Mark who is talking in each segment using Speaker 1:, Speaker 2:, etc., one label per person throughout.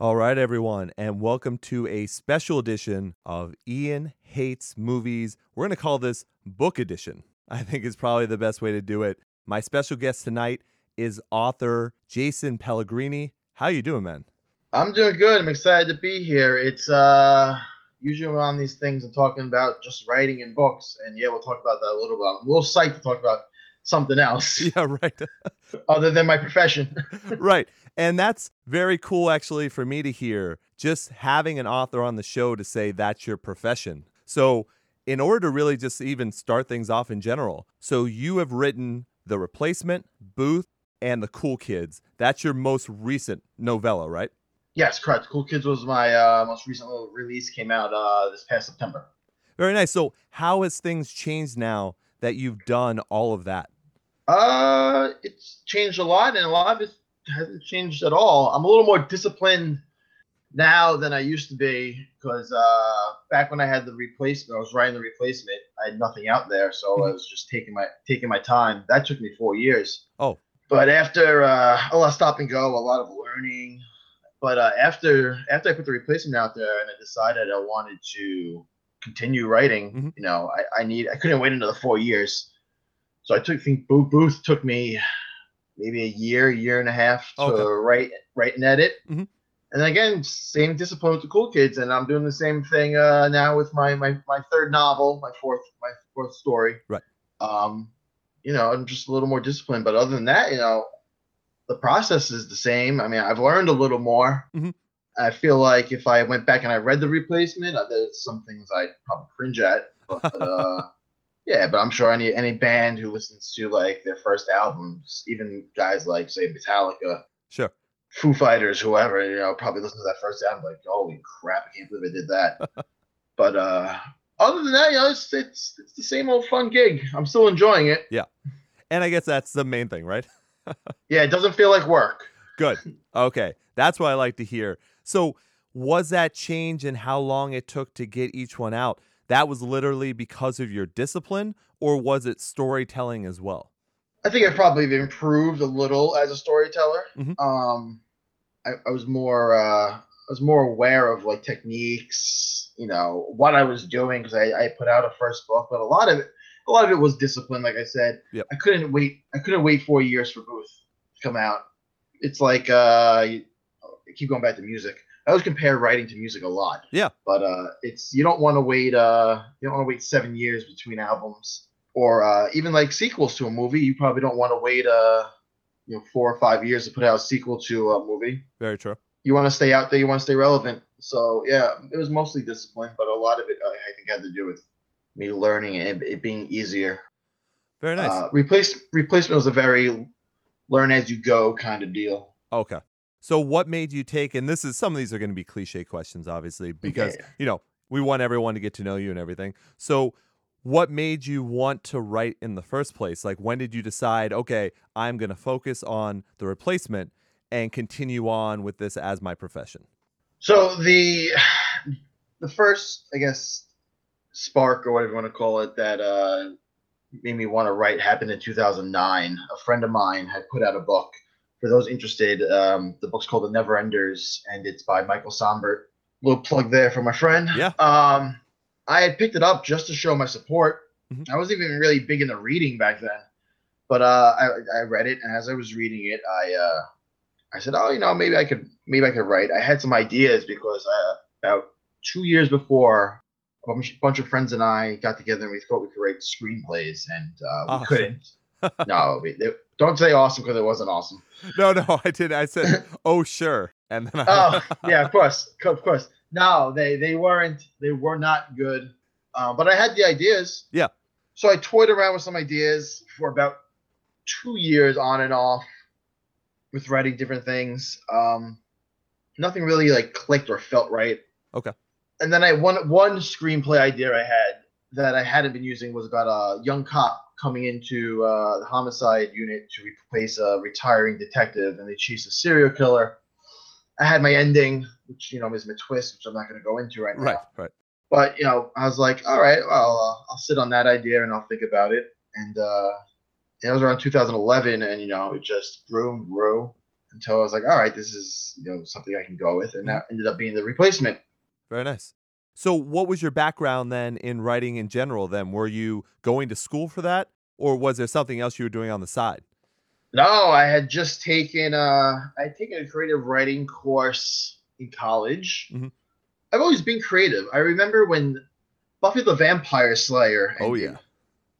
Speaker 1: All right, everyone, and welcome to a special edition of Ian Hates Movies. We're going to call this Book Edition. I think is probably the best way to do it. My special guest tonight is author Jason Pellegrini. How you doing, man?
Speaker 2: I'm doing good. I'm excited to be here. It's uh usually on these things I'm talking about just writing and books, and yeah, we'll talk about that a little bit. I'm a little psyched to talk about something else
Speaker 1: Yeah, right.
Speaker 2: other than my profession.
Speaker 1: right. And that's very cool, actually, for me to hear just having an author on the show to say that's your profession. So, in order to really just even start things off in general, so you have written The Replacement, Booth, and The Cool Kids. That's your most recent novella, right?
Speaker 2: yes, correct. Cool Kids was my uh, most recent little release. Came out uh, this past September.
Speaker 1: Very nice. So, how has things changed now that you've done all of that?
Speaker 2: Uh, it's changed a lot, and a lot of it hasn't changed at all. I'm a little more disciplined now than I used to be because uh, back when I had the replacement, I was writing the replacement. I had nothing out there, so I was just taking my taking my time. That took me four years.
Speaker 1: Oh.
Speaker 2: but after uh, a lot of stop and go, a lot of learning. But uh, after after I put the replacement out there, and I decided I wanted to continue writing,
Speaker 1: Mhm.
Speaker 2: you know, I, I need I couldn't wait another four years. So I took think Booth, Booth took me maybe a year, year and a half to
Speaker 1: Okay.
Speaker 2: write write and edit.
Speaker 1: Mhm.
Speaker 2: And again, same discipline with the cool kids, and I'm doing the same thing uh, now with my, my my third novel, my fourth my fourth story.
Speaker 1: Right.
Speaker 2: Um, you know, I'm just a little more disciplined, but other than that, you know, the process is the same. I mean, I've learned a little more.
Speaker 1: Mhm.
Speaker 2: I feel like if I went back and I read the replacement, uh, there's some things I'd probably cringe at. But, uh, yeah, but I'm sure any any band who listens to like their first albums, even guys like say Metallica,
Speaker 1: Sure.
Speaker 2: Foo Fighters, whoever, you know, probably listen to that first album like, holy crap, I can't believe I did that. but uh, other than that, you know, it's, it's it's the same old fun gig. I'm still enjoying it.
Speaker 1: And I guess that's the main thing, right?
Speaker 2: Yeah, it doesn't feel like work.
Speaker 1: Good. Okay. That's what I like to hear. So, was that change in how long it took to get each one out? That was literally because of your discipline, or was it storytelling as well?
Speaker 2: I think I've probably improved a little as a storyteller.
Speaker 1: Mhm.
Speaker 2: Um, I, I was more uh, I was more aware of like techniques, you know, what I was doing because I, I put out a first book, but a lot of it, a lot of it was discipline. Like I said,
Speaker 1: Yep.
Speaker 2: I couldn't wait. I couldn't wait four years for Booth to come out. It's like uh, you, I keep going back to music. I always compare writing to music a lot.
Speaker 1: Yeah.
Speaker 2: But uh, it's you don't want to wait uh, you don't want to wait seven years between albums or uh, even like sequels to a movie. You probably don't want to wait, uh, you know, four or five years to put out a sequel to a movie.
Speaker 1: Very true.
Speaker 2: You want to stay out there. You want to stay relevant. So yeah, it was mostly discipline, but a lot of it I, I think had to do with me learning and it being easier.
Speaker 1: Very nice.
Speaker 2: Uh, replace replacement was a very learn as you go kind of deal.
Speaker 1: okay. So, what made you take, and this is some of these are going to be cliche questions, obviously, because,
Speaker 2: Yeah.
Speaker 1: you know, we want everyone to get to know you and everything. So, what made you want to write in the first place? Like, when did you decide, okay, I'm going to focus on the replacement and continue on with this as my profession?
Speaker 2: So the the first, I guess, spark or whatever you want to call it that uh, made me want to write happened in 2009. A friend of mine had put out a book. For those interested, um, the book's called The Never Enders, and it's by Michael Sombert. Little plug there for my friend.
Speaker 1: Yeah.
Speaker 2: Um, I had picked it up just to show my support.
Speaker 1: Mhm.
Speaker 2: I wasn't even really big into reading back then, but uh, I, I read it, and as I was reading it, I uh, I said, oh, you know, maybe I could maybe I could write. I had some ideas because uh, about two years before, a bunch- bunch of friends and I got together and we thought we could write screenplays, and uh, we
Speaker 1: Awesome.
Speaker 2: couldn't. no, we, they, don't say awesome because it wasn't awesome.
Speaker 1: No, no, I did. I said, "Oh, sure," and then I,
Speaker 2: Oh, yeah, of course, co- of course. No, they they weren't. They were not good. Uh, but I had the ideas.
Speaker 1: Yeah.
Speaker 2: So I toyed around with some ideas for about two years on and off with writing different things. Um, nothing really like clicked or felt right.
Speaker 1: Okay.
Speaker 2: And then I one one screenplay idea I had that I hadn't been using was about a young cop coming into uh, the homicide unit to replace a retiring detective, and they chase a serial killer. I had my ending, which you know is my twist, which I'm not going to go into right now.
Speaker 1: right, right,
Speaker 2: But you know, I was like, all right, well, uh, I'll sit on that idea and I'll think about it. And uh, it was around 2011, and you know, it just grew and grew. until I was like, all right, this is you know something I can go with, and that ended up being the replacement.
Speaker 1: Very nice. So, what was your background then in writing in general? Then, were you going to school for that, or was there something else you were doing on the side?
Speaker 2: No, I had just taken uh, I had taken a creative writing course in college.
Speaker 1: Mhm.
Speaker 2: I've always been creative. I remember when Buffy the Vampire Slayer.
Speaker 1: Oh,
Speaker 2: ended
Speaker 1: yeah.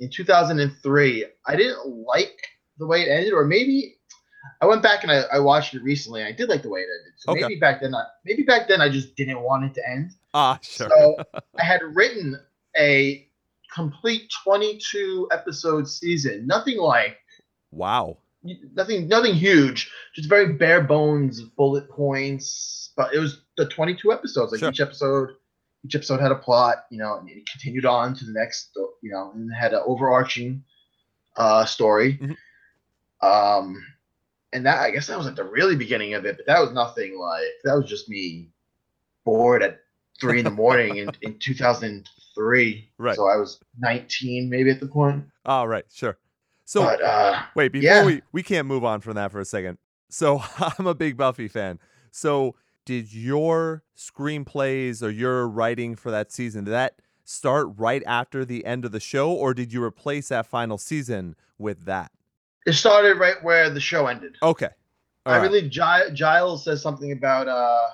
Speaker 2: In 2003, I didn't like the way it ended, or maybe I went back and I, I watched it recently. And I did like the way it ended. So
Speaker 1: Okay.
Speaker 2: maybe back then, I, maybe back then I just didn't want it to end.
Speaker 1: Ah, sure.
Speaker 2: So I had written a complete 22 episode season. Nothing like
Speaker 1: wow.
Speaker 2: nothing nothing huge just very bare bones bullet points but it was the 22 episodes like
Speaker 1: Sure.
Speaker 2: each episode each episode had a plot you know and it continued on to the next you know and had an overarching uh story
Speaker 1: Mhm.
Speaker 2: um and that i guess that was like the really beginning of it but that was nothing like that was just me bored at three in the morning in, in 2003
Speaker 1: Right.
Speaker 2: so i was 19 maybe at the point
Speaker 1: All right, sure. So,
Speaker 2: but uh
Speaker 1: Wait, before
Speaker 2: Yeah.
Speaker 1: we we can't move on from that for a second. So I'm a big Buffy fan. So did your screenplays or your writing for that season did that start right after the end of the show, or did you replace that final season with that?
Speaker 2: it started right where the show ended
Speaker 1: Okay, all
Speaker 2: I
Speaker 1: right,
Speaker 2: believe Gi- Giles says something about uh,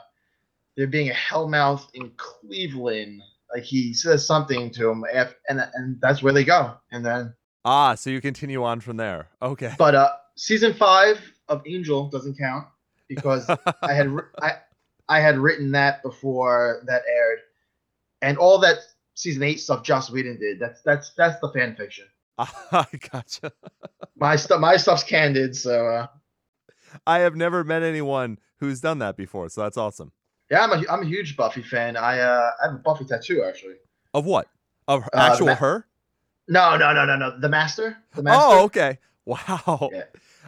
Speaker 2: there being a hellmouth in Cleveland. Like he says something to him, af- and and that's where they go. And then,
Speaker 1: ah, so you continue on from there. Okay,
Speaker 2: but uh, season five of Angel doesn't count because I had wr- I I had written that before that aired, and all that season eight stuff Joss Whedon did. That's that's that's the fan fiction.
Speaker 1: I gotcha.
Speaker 2: My stuff my stuff's candid, so uh,
Speaker 1: I have never met anyone who's done that before, so that's awesome.
Speaker 2: yeah, I'm a I'm a huge Buffy fan. I uh, I have a Buffy tattoo actually.
Speaker 1: Of what? Of her-
Speaker 2: Uh, the
Speaker 1: actual
Speaker 2: ma-
Speaker 1: her?
Speaker 2: No, no, no, no, no. The master. The master.
Speaker 1: Oh, okay. Wow.
Speaker 2: Yeah.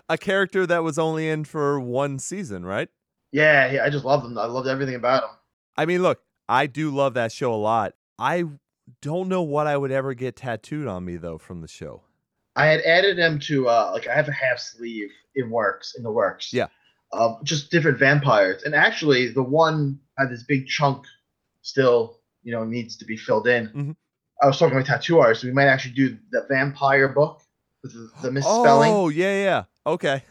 Speaker 1: A character that was only in for one season, right?
Speaker 2: Yeah, yeah. I just love him. I loved everything about him.
Speaker 1: I mean, look, I do love that show a lot. I don't know what I would ever get tattooed on me though from the show.
Speaker 2: I had added him to uh like I have a half sleeve in works in the works.
Speaker 1: Yeah.
Speaker 2: Of just different vampires, and actually the one had this big chunk still, you know, needs to be filled in.
Speaker 1: Mhm.
Speaker 2: I was talking to my tattoo artist. We might actually do the vampire book with the, the misspelling.
Speaker 1: Oh, yeah, yeah. Okay.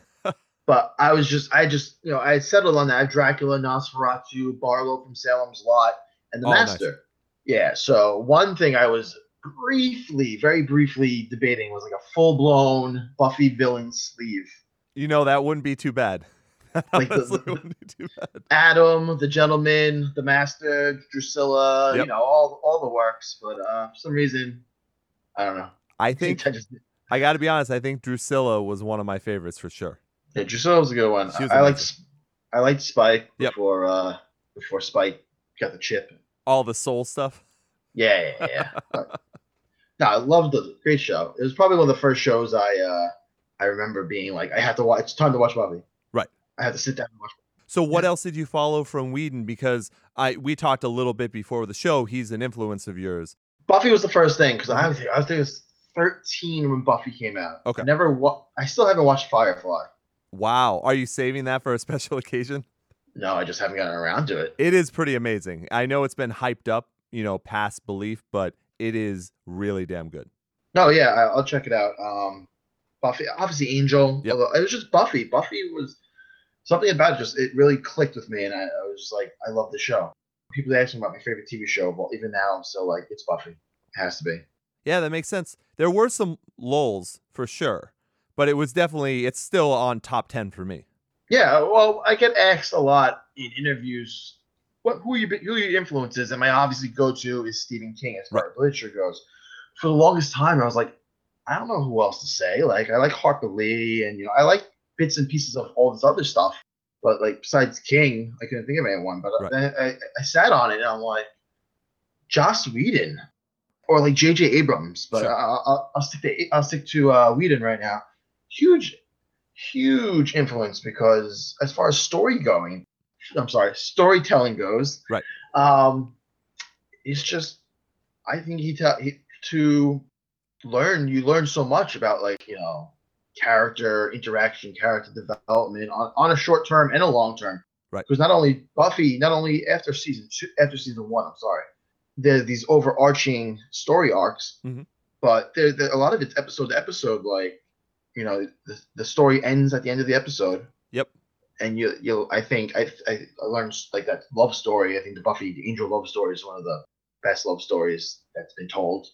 Speaker 2: But I was just, I just, you know, I settled on that I had Dracula, Nosferatu, Barlow from Salem's Lot, and the
Speaker 1: Oh, nice.
Speaker 2: Master. Yeah. So one thing I was briefly, very briefly debating was like a full blown Buffy villain sleeve.
Speaker 1: You know that wouldn't be too bad. That
Speaker 2: Like the-
Speaker 1: honestly
Speaker 2: the-
Speaker 1: wouldn't be too bad.
Speaker 2: Adam, the Gentleman, the Master, Drusilla,
Speaker 1: Yep.
Speaker 2: you know, all all the works. But uh, for some reason, I don't know.
Speaker 1: I
Speaker 2: I think
Speaker 1: think
Speaker 2: I just
Speaker 1: I got to be honest. I think Drusilla was one of my favorites for sure.
Speaker 2: yeah, Drusilla was a good one.
Speaker 1: She was
Speaker 2: I, I liked,
Speaker 1: amazing.
Speaker 2: Sp- I liked Spike
Speaker 1: Yep.
Speaker 2: before uh before Spike got the chip.
Speaker 1: All the soul stuff.
Speaker 2: Yeah, yeah, yeah. But- no, I loved the great show. It was probably one of the first shows I uh I remember being like, I have to watch. It's time to watch Buffy.
Speaker 1: Right.
Speaker 2: I have to sit down and watch.
Speaker 1: So what
Speaker 2: Yeah.
Speaker 1: else did you follow from Whedon? Because I we talked a little bit before the show. He's an influence of yours.
Speaker 2: Buffy was the first thing because I was I was, I was thirteen when Buffy came out.
Speaker 1: Okay.
Speaker 2: Never wa- I still haven't watched Firefly.
Speaker 1: Wow. Are you saving that for a special occasion?
Speaker 2: No, I just haven't gotten around to it.
Speaker 1: It is pretty amazing. I know it's been hyped up, you know, past belief, but it is really damn good.
Speaker 2: No, yeah, I, I'll check it out. Um, Buffy, obviously Angel.
Speaker 1: Yep.
Speaker 2: Although it was just Buffy. Buffy was something about it just it really clicked with me, and I, I was just like, I love the show. People ask me about my favorite TV show, but even now I'm still like, it's Buffy. It has to be.
Speaker 1: Yeah, that makes sense. There were some lulls for sure, but it was definitely it's still on top 10 for me.
Speaker 2: Yeah. Well, I get asked a lot in interviews. What who are you who are your influences? And my obviously go to is Stephen King as far as literature goes. For the longest time, I was like, I don't know who else to say. Like, I like Harper Lee, and you know, I like bits and pieces of all this other stuff. But like, besides King, I couldn't think of anyone. But uh,
Speaker 1: Right.
Speaker 2: then I, I sat on it, and I'm like, Joss Whedon, or like J.J. Abrams. But
Speaker 1: Sure.
Speaker 2: I, I, I'll stick to I'll stick to uh, Whedon right now. Huge huge influence because as far as story going, I'm sorry, storytelling goes,
Speaker 1: Right.
Speaker 2: Um, it's just, I think he, tell he to learn. You learn so much about like you know character interaction, character development on, on a short term and a long term.
Speaker 1: Right.
Speaker 2: Because not only Buffy, not only after season two, after season one, I'm sorry, there's these overarching story arcs,
Speaker 1: Mhm.
Speaker 2: but there, there a lot of it's episode to episode. Like, you know, the, the story ends at the end of the episode.
Speaker 1: Yep.
Speaker 2: And you, you, I think I, I, I learned like that love story. I think the Buffy, the Angel love story is one of the best love stories that's been told.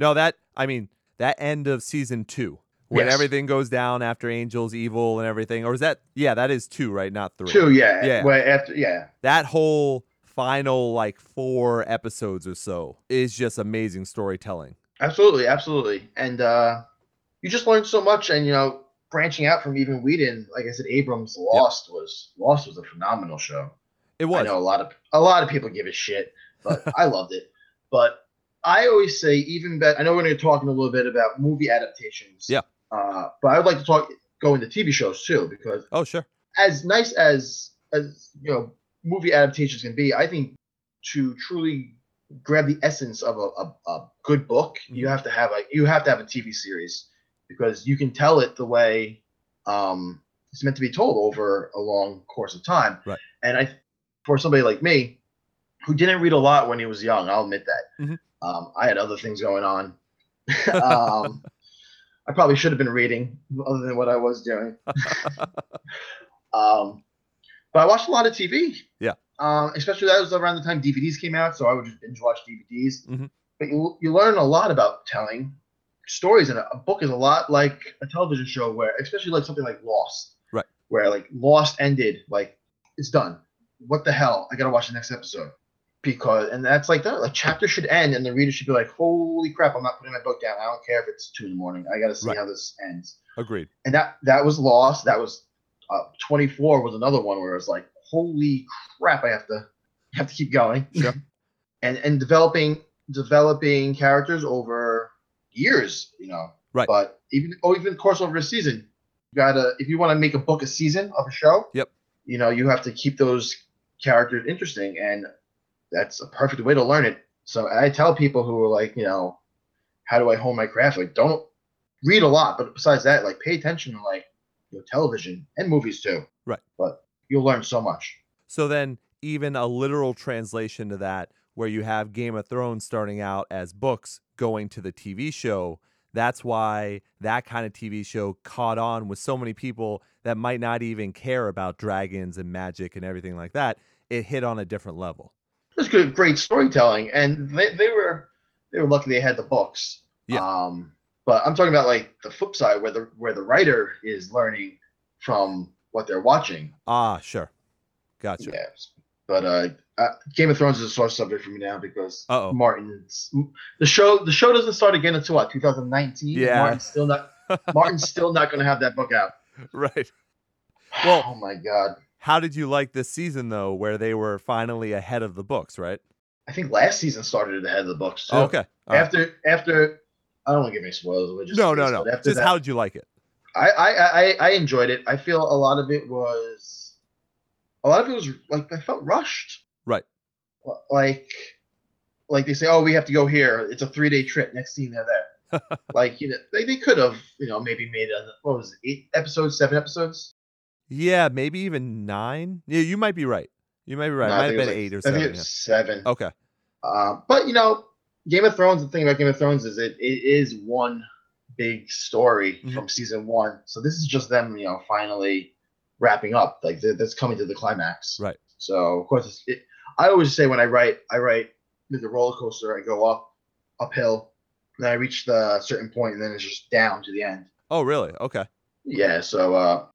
Speaker 1: No, that I mean that end of season two when
Speaker 2: Yes.
Speaker 1: everything goes down after Angel's evil and everything, or is that yeah that is two right, not three.
Speaker 2: Two, yeah,
Speaker 1: Yeah.
Speaker 2: Where after, yeah,
Speaker 1: That whole final like four episodes or so is just amazing storytelling.
Speaker 2: Absolutely, absolutely. And uh, you just learned so much, and you know, branching out from even Whedon, like I said, Abrams Lost was Lost was a phenomenal show.
Speaker 1: It
Speaker 2: I
Speaker 1: was
Speaker 2: know a lot of a lot of people give a shit, but I loved it. But I always say even better. I know we're going to be talking a little bit about movie adaptations.
Speaker 1: Yeah.
Speaker 2: Uh, but I would like to talk go into TV shows too because
Speaker 1: oh sure
Speaker 2: as nice as as you know movie adaptations can be, I think to truly grab the essence of a, a, a good book, you have to have a you have to have a TV series because you can tell it the way um, it's meant to be told over a long course of time.
Speaker 1: Right.
Speaker 2: And I, for somebody like me, who didn't read a lot when he was young, I'll admit that.
Speaker 1: Mhm.
Speaker 2: Um, I had other things going on. um, I probably should have been reading other than what I was doing. Um, but I watched a lot of TV.
Speaker 1: Yeah.
Speaker 2: Um, especially that was around the time DVDs came out, so I would just binge watch DVDs.
Speaker 1: Mhm.
Speaker 2: But you you learn a lot about telling stories, and a, a book is a lot like a television show, where especially like something like Lost,
Speaker 1: Right.
Speaker 2: Where like Lost ended, like it's done. What the hell? I gotta watch the next episode because, and that's like that. A chapter should end, and the reader should be like, "Holy crap! I'm not putting my book down. I don't care if it's two in the morning. I gotta see
Speaker 1: Right.
Speaker 2: how this ends."
Speaker 1: agreed.
Speaker 2: and that that was lost. That was uh, 24 was another one where it was like, holy crap, I have to I have to keep going.
Speaker 1: Sure.
Speaker 2: and and developing developing characters over years, you know.
Speaker 1: Right.
Speaker 2: But even oh, even course over a season, you gotta if you want to make a book a season of a show.
Speaker 1: Yep.
Speaker 2: You know, you have to keep those characters interesting, and that's a perfect way to learn it. So I tell people who are like, you know, how do I hone my craft? Like, don't read a lot, but besides that, like pay attention to like your television and movies too.
Speaker 1: Right.
Speaker 2: But you'll learn so much.
Speaker 1: So then even a literal translation to that where you have Game of Thrones starting out as books going to the TV show. That's why that kind of TV show caught on with so many people that might not even care about dragons and magic and everything like that. It hit on a different level.
Speaker 2: It's good, great storytelling, and they, they were they were lucky they had the books.
Speaker 1: Yeah.
Speaker 2: Um, but I'm talking about like the flip side where the where the writer is learning from what they're watching.
Speaker 1: Ah, sure. Gotcha.
Speaker 2: Yeah. But uh, uh, Game of Thrones is a sore subject for me now because
Speaker 1: Uh-oh.
Speaker 2: Martin's the show. The show doesn't start again until what 2019.
Speaker 1: Yeah.
Speaker 2: Martin's still not. Martin's still not going to have that book out.
Speaker 1: Right. Well-
Speaker 2: oh my god.
Speaker 1: How did you like this season though where they were finally ahead of the books, right?
Speaker 2: I think last season started ahead of the books. Too.
Speaker 1: Oh, okay. All right.
Speaker 2: After after I don't want to give any spoilers. We're just
Speaker 1: No, no, no.
Speaker 2: but After
Speaker 1: Just
Speaker 2: that,
Speaker 1: how did you like it?
Speaker 2: I, I I I enjoyed it. I feel a lot of it was a lot of it was like I felt rushed.
Speaker 1: Right.
Speaker 2: L- Like like they say, oh, we have to go here. It's a three day trip. Next scene, they're there. like you know, they, they could have you know maybe made a, what was it, eight episodes, seven episodes.
Speaker 1: Yeah, maybe even nine. Yeah, you might be right. You might be right.
Speaker 2: No,
Speaker 1: it
Speaker 2: I
Speaker 1: might have been
Speaker 2: think it was like-
Speaker 1: eight or
Speaker 2: I think
Speaker 1: seven.
Speaker 2: it
Speaker 1: yeah.
Speaker 2: was seven.
Speaker 1: Okay.
Speaker 2: Uh, but you know, Game of Thrones. The thing about Game of Thrones is it, it is one big story
Speaker 1: Mhm.
Speaker 2: from season one. So this is just them, you know, finally wrapping up. Like th- that's coming to the climax.
Speaker 1: Right.
Speaker 2: So of course, it's, it, I always say when I write, I write with the roller coaster. I go up uphill, then I reach the certain point, and then it's just down to the end.
Speaker 1: Oh, really? Okay.
Speaker 2: Yeah, so uh,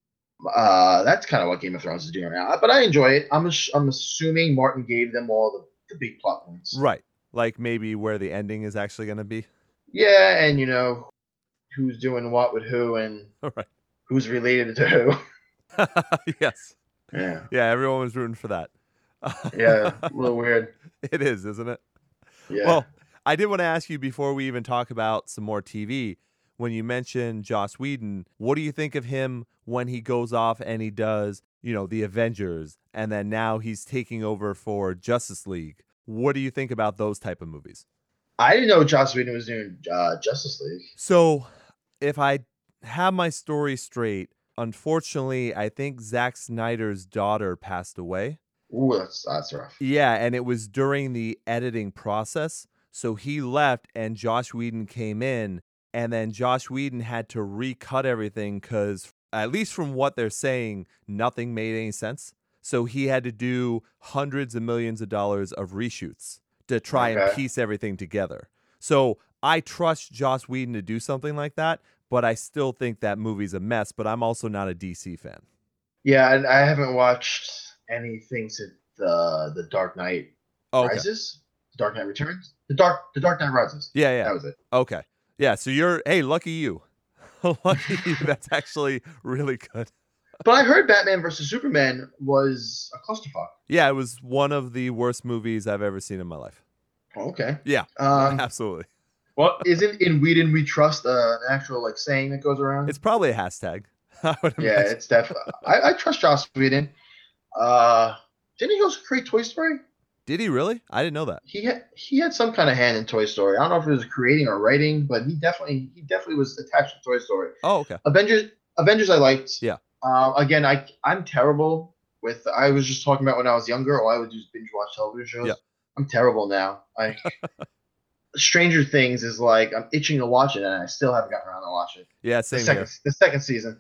Speaker 2: uh, that's kind of what Game of Thrones is doing right now. But I enjoy it. I'm ass- I'm assuming Martin gave them all the, the big plot points.
Speaker 1: Right. Like maybe where the ending is actually going to be.
Speaker 2: Yeah, and you know who's doing what with who and
Speaker 1: All right.
Speaker 2: who's related to who.
Speaker 1: yes.
Speaker 2: Yeah.
Speaker 1: Yeah, everyone was rooting for that.
Speaker 2: Yeah, a little weird.
Speaker 1: it is, isn't it?
Speaker 2: Yeah.
Speaker 1: Well, I did want to ask you before we even talk about some more TV. When you mentioned Joss Whedon, what do you think of him when he goes off and he does, you know, the Avengers, and then now he's taking over for Justice League? What do you think about those type of movies?
Speaker 2: I didn't know Joss Whedon was doing uh, Justice League.
Speaker 1: So, if I have my story straight, unfortunately, I think Zack Snyder's daughter passed away.
Speaker 2: Ooh, that's that's rough.
Speaker 1: Yeah, and it was during the editing process. So he left and Josh Whedon came in, and then Josh Whedon had to recut everything because, at least from what they're saying, nothing made any sense. So he had to do hundreds of millions of dollars of reshoots to try and
Speaker 2: Okay.
Speaker 1: piece everything together. So I trust Josh Whedon to do something like that, but I still think that movie's a mess. But I'm also not a DC fan.
Speaker 2: Yeah, and I haven't watched anything since the the Dark Knight
Speaker 1: Okay.
Speaker 2: Rises, Dark Knight Returns, the Dark the Dark Knight Rises.
Speaker 1: Yeah, yeah.
Speaker 2: That was it.
Speaker 1: Okay. Yeah. So you're, hey, lucky you. lucky you. That's actually really good.
Speaker 2: But I heard Batman versus Superman was a clusterfuck.
Speaker 1: Yeah. It was one of the worst movies I've ever seen in my life.
Speaker 2: Oh, okay.
Speaker 1: Yeah.
Speaker 2: Um,
Speaker 1: Absolutely.
Speaker 2: well, isn't in Whedon we trust uh, an actual like saying that goes around?
Speaker 1: It's probably a hashtag. I would
Speaker 2: yeah,
Speaker 1: imagine.
Speaker 2: it's definitely. I, I trust Joss Whedon. Uh, didn't he also create Toy Story?
Speaker 1: Did he really? I didn't know that.
Speaker 2: He had he had some kind of hand in Toy Story. I don't know if it was creating or writing, but he definitely he definitely was attached to Toy Story.
Speaker 1: Oh, okay.
Speaker 2: Avengers Avengers I liked.
Speaker 1: Yeah.
Speaker 2: Uh, again, I I'm terrible with. I was just talking about when I was younger. All I would do is binge watch television shows.
Speaker 1: Yeah.
Speaker 2: I'm terrible now. I Stranger Things is like I'm itching to watch it, and I still haven't gotten around to watch it.
Speaker 1: Yeah.
Speaker 2: The
Speaker 1: Same
Speaker 2: second
Speaker 1: here.
Speaker 2: the second season,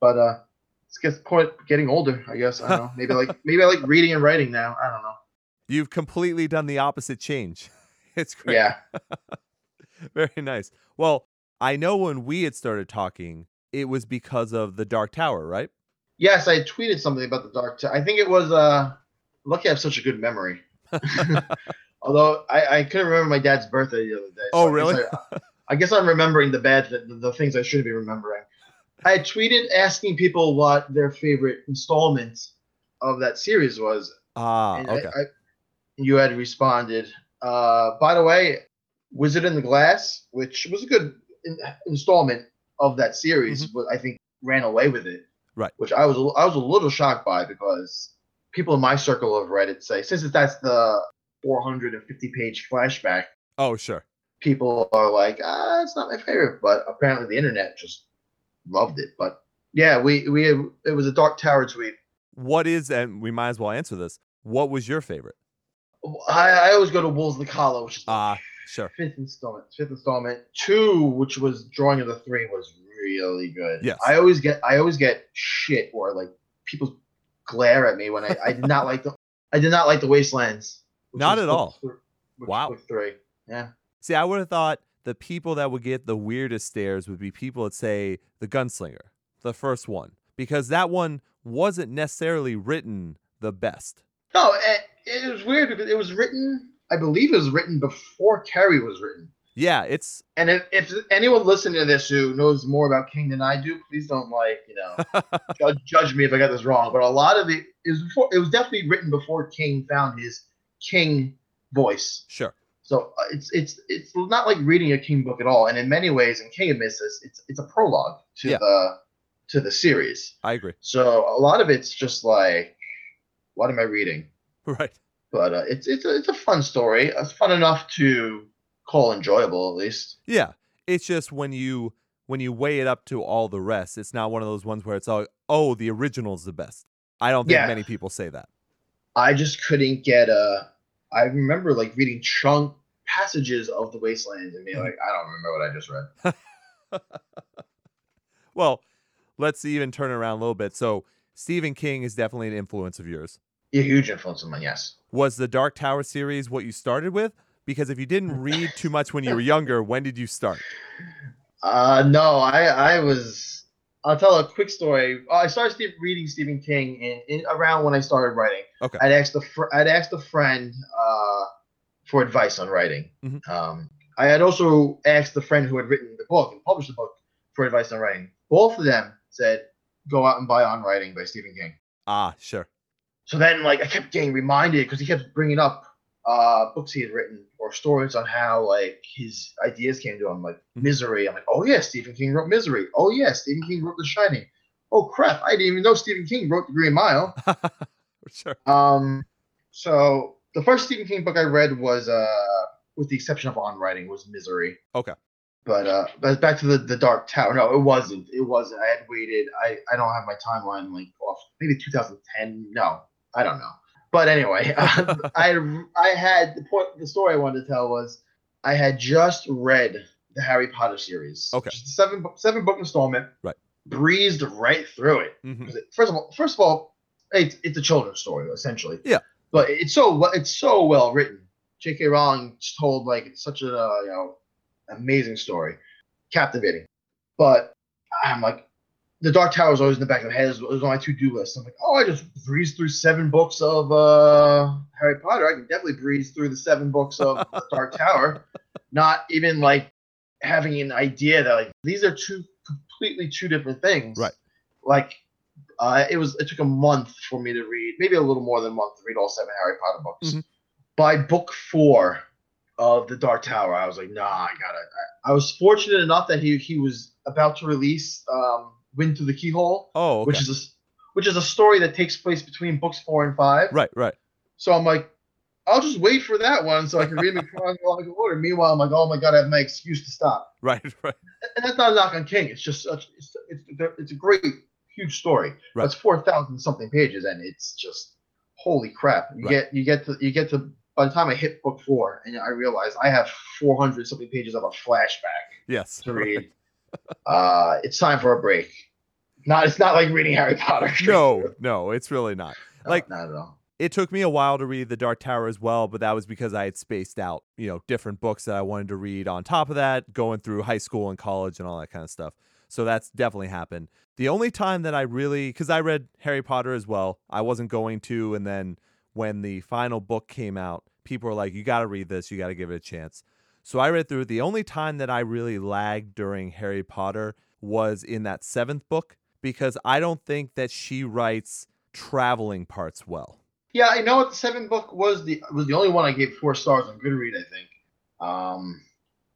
Speaker 2: but uh, it's gets quite getting older. I guess I don't know. Maybe like maybe I like reading and writing now. I don't know.
Speaker 1: You've completely done the opposite change. It's great.
Speaker 2: Yeah.
Speaker 1: Very nice. Well, I know when we had started talking, it was because of the Dark Tower, right?
Speaker 2: Yes, I tweeted something about the Dark Tower. I think it was uh lucky I have such a good memory. Although I, I couldn't remember my dad's birthday the other day.
Speaker 1: Oh,
Speaker 2: I guess
Speaker 1: really?
Speaker 2: I, I guess I'm remembering the bad the, the things I shouldn't be remembering. I had tweeted asking people what their favorite installment of that series was.
Speaker 1: Ah,
Speaker 2: and I-
Speaker 1: okay.
Speaker 2: I, you had responded. Uh, by the way, Wizard in the Glass, which was a good in, installment of that series, but I think ran away with it.
Speaker 1: Mm-hmm. Right.
Speaker 2: Which I was a- I was a little shocked by because people in my circle of Reddit say since it- that's the 450 page flashback,
Speaker 1: Oh, sure.
Speaker 2: people are like, ah, it's not my favorite, but apparently the internet just loved it. But yeah, we we had, it was a Dark Tower tweet.
Speaker 1: What is, and we might as well answer this. What was your favorite?
Speaker 2: I, I always go to Wolves of the Collar, which is the
Speaker 1: Ah, sure.
Speaker 2: fifth installment. Fifth installment. Two, which was Drawing of the Three, was really good.
Speaker 1: Yes.
Speaker 2: I always get I always get shit or like people glare at me when I, I did not like the I did not like the Wastelands. which
Speaker 1: Not
Speaker 2: was
Speaker 1: at all.
Speaker 2: book thr- which-
Speaker 1: Wow.
Speaker 2: book three. Yeah.
Speaker 1: See, I would have thought the people that would get the weirdest stares would be people that say the gunslinger, the first one, because that one wasn't necessarily written the best.
Speaker 2: No, it, it was weird because it was written. I believe it was written before Carrie was written.
Speaker 1: Yeah, it's
Speaker 2: And if, if anyone listening to this who knows more about King than I do, please don't like you know judge, judge me if I got this wrong, but a lot of it is before, it was definitely written before King found his King voice.
Speaker 1: sure.
Speaker 2: So uh, it's it's it's not like reading a King book at all, and in many ways, and King admits this, it's it's a prologue to
Speaker 1: Yeah.
Speaker 2: the to the series.
Speaker 1: I agree.
Speaker 2: So a lot of it's just like, what am I reading?
Speaker 1: Right.
Speaker 2: But uh, it's it's a, it's a fun story. It's fun enough to call enjoyable at least.
Speaker 1: Yeah. It's just when you when you weigh it up to all the rest, it's not one of those ones where it's all oh, the original's the best. I don't think
Speaker 2: Yeah.
Speaker 1: many people say that.
Speaker 2: I just couldn't get a. I remember like reading chunk passages of the Wasteland and being like, I don't remember what I just read.
Speaker 1: Well, let's even turn around a little bit. So Stephen King is definitely an influence of yours.
Speaker 2: A huge influence on my yes.
Speaker 1: was the Dark Tower series what you started with? Because if you didn't read too much when you were younger, when did you start?
Speaker 2: Uh, no, I I was. I'll tell a quick story. Uh, I started Steve, reading Stephen King in, in around when I started writing.
Speaker 1: Okay.
Speaker 2: I'd asked a fr- I'd asked a friend uh, for advice on writing.
Speaker 1: Mhm.
Speaker 2: Um, I had also asked the friend who had written the book and published the book for advice on writing. Both of them said, "Go out and buy On Writing by Stephen King."
Speaker 1: Ah, sure.
Speaker 2: So then, like, I kept getting reminded because he kept bringing up uh, books he had written or stories on how like his ideas came to him, like
Speaker 1: Mhm.
Speaker 2: Misery. I'm like, oh yeah, Stephen King wrote Misery. Oh yeah, Stephen King wrote The Shining. Oh crap, I didn't even know Stephen King wrote The Green Mile.
Speaker 1: sure.
Speaker 2: Um, so the first Stephen King book I read was, uh, with the exception of On Writing, was Misery.
Speaker 1: Okay.
Speaker 2: But uh, but back to the, the Dark Tower. No, it wasn't. It wasn't. I had waited. I, I don't have my timeline like off. Maybe 2010. No, I don't know. But anyway, uh, I I had the point. The story I wanted to tell was I had just read the Harry Potter series.
Speaker 1: Okay.
Speaker 2: Just a seven bo- seven book installment.
Speaker 1: Right.
Speaker 2: Breezed right through it.
Speaker 1: Mhm.
Speaker 2: 'Cause it- First of all, first of all, it's it's a children's story essentially.
Speaker 1: Yeah.
Speaker 2: But it's so we- it's so well written. J.K. Rowling just told like it's such a uh, you know amazing story, captivating. But I'm like, the Dark Tower is always in the back of my head. It was on my to-do list. I'm like, oh, I just breezed through seven books of uh, Harry Potter. I can definitely breeze through the seven books of the Dark Tower. Not even like having an idea that like these are two completely two different things.
Speaker 1: Right.
Speaker 2: Like uh, it was. It took a month for me to read, maybe a little more than a month to read all seven Harry Potter books.
Speaker 1: Mhm.
Speaker 2: By book four of the Dark Tower, I was like, nah, I gotta. I, I was fortunate enough that he he was about to release um, Wind Through the Keyhole,
Speaker 1: Oh, okay.
Speaker 2: which is a s- which is a story that takes place between books four and five.
Speaker 1: right, right.
Speaker 2: So I'm like, I'll just wait for that one so I can read them in chronological order. Meanwhile, I'm like, oh my god, I have my excuse to stop
Speaker 1: Right, right.
Speaker 2: and that's not a knock on King. It's just such, it's, it's it's a great huge story.
Speaker 1: Right.
Speaker 2: It's four thousand something pages, and it's just holy crap. You
Speaker 1: Right.
Speaker 2: get you get to you get to by the time I hit book four, and I realize I have four hundred something pages of a flashback
Speaker 1: Yes.
Speaker 2: to read. uh, it's time for a break. Not it's not like reading Harry Potter.
Speaker 1: No, no, it's really not.
Speaker 2: No,
Speaker 1: like-
Speaker 2: not at all.
Speaker 1: It took me a while to read The Dark Tower as well, but that was because I had spaced out, you know, different books that I wanted to read on top of that, going through high school and college and all that kind of stuff. So that's definitely happened. The only time that I really, because I read Harry Potter as well, I wasn't going to. And then when the final book came out, people were like, you got to read this, you got to give it a chance. So I read through it. The only time that I really lagged during Harry Potter was in that seventh book because I don't think that she writes traveling parts well.
Speaker 2: Yeah, I know. The seventh book was the was the only one I gave four stars on Goodread, I think. Um,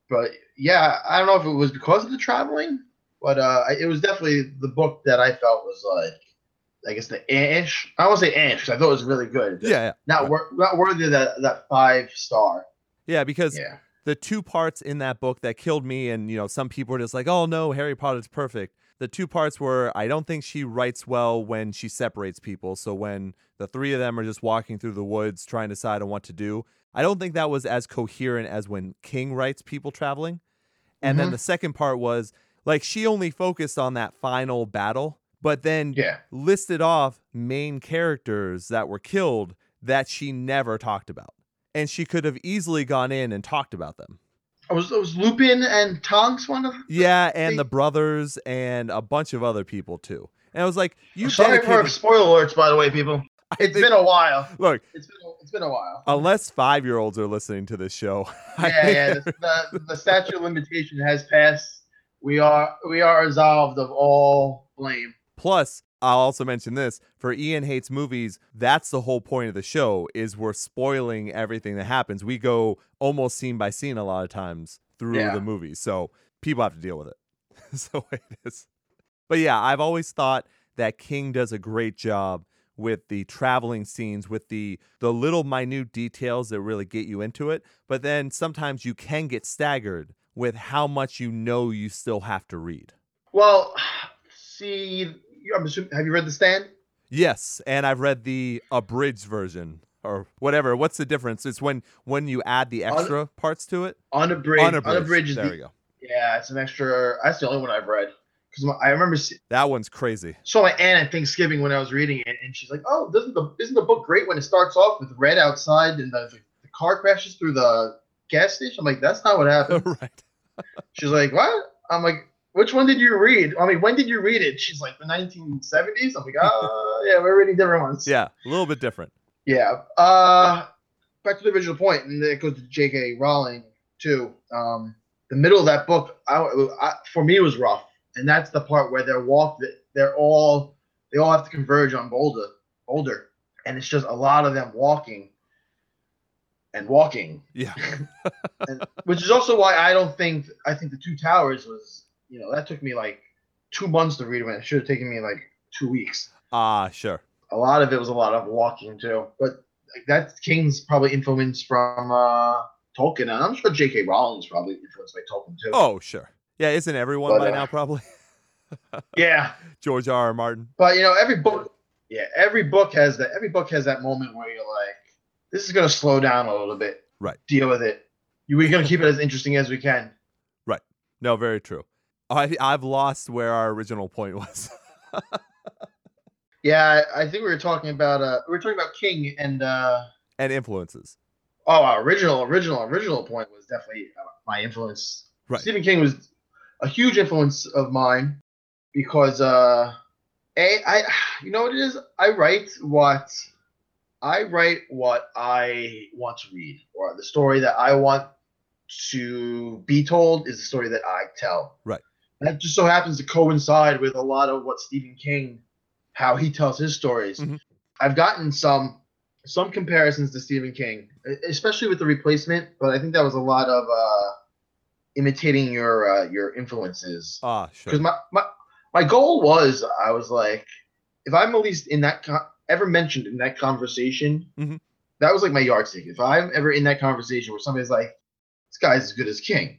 Speaker 2: but yeah, I don't know if it was because of the traveling, but uh, I- it was definitely the book that I felt was like, I guess the ish. I won't say ish. 'cause I thought it was really good. Just
Speaker 1: Yeah, yeah.
Speaker 2: not wor- not worthy of that that five star.
Speaker 1: Yeah, because
Speaker 2: Yeah,
Speaker 1: the two parts in that book that killed me, and you know, some people are just like, "Oh no, Harry Potter's perfect." The two parts were I don't think she writes well when she separates people. So when the three of them are just walking through the woods trying to decide on what to do, I don't think that was as coherent as when King writes people traveling. And then
Speaker 2: Mhm.
Speaker 1: the second part was like she only focused on that final battle, but then
Speaker 2: yeah,
Speaker 1: listed off main characters that were killed that she never talked about. And she could have easily gone in and talked about them.
Speaker 2: I was it was Lupin and Tonks one of.
Speaker 1: Yeah, and the
Speaker 2: They-
Speaker 1: brothers and a bunch of other people too. And I was like, you
Speaker 2: I'm sorry for
Speaker 1: dedicated-
Speaker 2: spoiler alerts, by the way, people.
Speaker 1: I
Speaker 2: It's
Speaker 1: think-
Speaker 2: been a while.
Speaker 1: look,
Speaker 2: It's been a- it's been a while.
Speaker 1: unless five year olds are listening to this show. I
Speaker 2: yeah,
Speaker 1: think
Speaker 2: yeah. The, the, the statute of limitation has passed. We are we are absolved of all blame.
Speaker 1: Plus, I'll also mention this for Ian hates movies. That's the whole point of the show is we're spoiling everything that happens. We go almost scene by scene a lot of times through
Speaker 2: Yeah.
Speaker 1: the movie, so people have to deal with it. That's the way it is. But yeah, I've always thought that King does a great job with the traveling scenes, with the the little minute details that really get you into it. But then sometimes you can get staggered with how much you know you still have to read.
Speaker 2: Well, see, I'm assuming, have you read The Stand?
Speaker 1: Yes, and I've read the abridged version or whatever. What's the difference? It's when when you add the
Speaker 2: Un-
Speaker 1: extra parts to it.
Speaker 2: Unabridged. Unabridged. is
Speaker 1: There
Speaker 2: the-
Speaker 1: we go.
Speaker 2: yeah, it's an extra. That's the only one I've read because I remember se-
Speaker 1: That one's crazy.
Speaker 2: saw my aunt at Thanksgiving when I was reading it, and she's like, "Oh, isn't the isn't the book great when it starts off with red outside and the, the car crashes through the gas station?" I'm like, "That's not what happened."
Speaker 1: right.
Speaker 2: She's like, "What?" I'm like, "Which one did you read?" I mean, when did you read it? She's like, "The 1970s." I'm like, "Ah, yeah, we're reading different ones."
Speaker 1: Yeah, a little bit different.
Speaker 2: yeah. Uh, back to the original point, and it goes to J.K. Rowling too. Um, the middle of that book, I, I, for me, was rough, and that's the part where they're walk, they're all, they all have to converge on Boulder, Boulder, and it's just a lot of them walking, and walking,
Speaker 1: Yeah.
Speaker 2: and, which is also why I don't think I think the Two Towers was you know that took me like two months to read when it should have taken me like two weeks.
Speaker 1: Ah, sure.
Speaker 2: A lot of it was a lot of walking too, but like, that's King's probably influence from uh, Tolkien, and I'm sure J.K. Rowling was probably influenced by Tolkien too.
Speaker 1: Oh, sure. Yeah, isn't everyone
Speaker 2: But,
Speaker 1: by
Speaker 2: uh,
Speaker 1: now probably
Speaker 2: Yeah,
Speaker 1: George R. R. Martin?
Speaker 2: but you know, every book, yeah, every book has that. Every book has that moment where you're like, "This is gonna slow down a little bit.
Speaker 1: Right.
Speaker 2: Deal with it. You- We're gonna keep it as interesting as we can."
Speaker 1: No, very true. I I've lost where our original point was.
Speaker 2: Yeah, I, I think we were talking about uh, we were talking about King and uh,
Speaker 1: and influences.
Speaker 2: oh, our original, original, original point was definitely uh, my influence.
Speaker 1: Right.
Speaker 2: Stephen King was a huge influence of mine because uh, a I you know what it is I write what I write what I want to read or the story that I want to be told is the story that I tell.
Speaker 1: Right.
Speaker 2: That just so happens to coincide with a lot of what Stephen King, how he tells his stories.
Speaker 1: Mhm.
Speaker 2: I've gotten some some comparisons to Stephen King, e- especially with the replacement, but I think that was a lot of uh, imitating your uh, your influences.
Speaker 1: Ah, sure.
Speaker 2: Because my, my my goal was I was like, if I'm at least in that con- ever mentioned in that conversation,
Speaker 1: Mhm.
Speaker 2: that was like my yardstick. If I'm ever in that conversation where somebody's like, this guy's as good as King,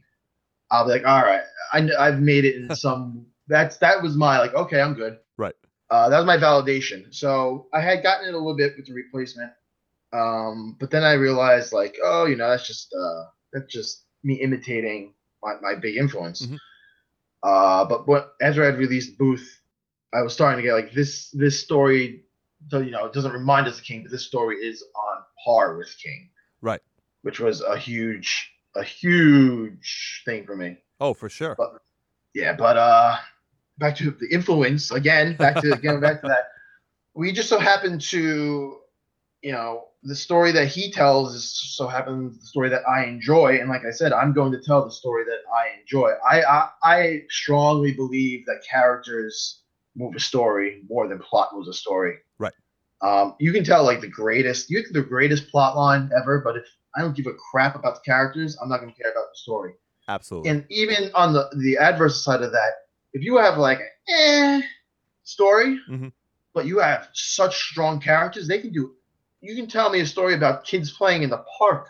Speaker 2: I'll be like, all right, I, kn- I've made it in some. That's that was my like, okay, I'm good.
Speaker 1: Right.
Speaker 2: Uh, that was my validation. So I had gotten it a little bit with the replacement, um, but then I realized like, oh, you know, that's just uh, that's just me imitating my, my big influence.
Speaker 1: Mhm.
Speaker 2: Uh, but when, after I'd released Booth, I was starting to get like this this story. So you know, it doesn't remind us of King, but this story is on par with King.
Speaker 1: Right.
Speaker 2: Which was a huge a huge thing for me.
Speaker 1: oh, for sure.
Speaker 2: But- Yeah, but uh, back to the influence again. Back to again back to that. We just so happen to, you know, the story that he tells is so happens the story that I enjoy, and like I said, I'm going to tell the story that I enjoy. I I, I strongly believe that characters move a story more than plot moves a story.
Speaker 1: Right.
Speaker 2: Um, you can tell like the greatest, you can the greatest plot line ever, but if I don't give a crap about the characters, I'm not going to care about the story.
Speaker 1: Absolutely.
Speaker 2: And even on the the adverse side of that, if you have like an eh story,
Speaker 1: Mhm.
Speaker 2: but you have such strong characters, they can do. You can tell me a story about kids playing in the park,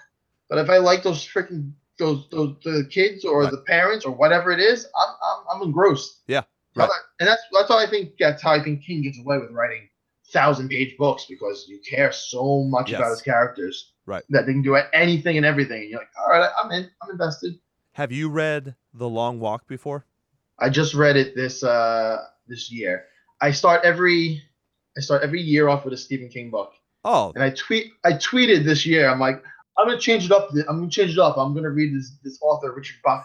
Speaker 2: but if I like those freaking those those the kids or
Speaker 1: Right.
Speaker 2: the parents or whatever it is, I'm I'm, I'm engrossed.
Speaker 1: Yeah,
Speaker 2: How
Speaker 1: right.
Speaker 2: that- And that's that's how I think that's how I think King gets away with writing thousand page books because you care so much
Speaker 1: Yes.
Speaker 2: about his characters
Speaker 1: Right.
Speaker 2: that they can do anything and everything. And you're like, all right, I'm in, I'm invested.
Speaker 1: Have you read The Long Walk before?
Speaker 2: I just read it this uh this year. I start every I start every year off with a Stephen King book,
Speaker 1: Oh,
Speaker 2: and I tweet I tweeted this year. I'm like, I'm gonna change it up. I'm gonna change it up. I'm gonna read this this author Richard Bach.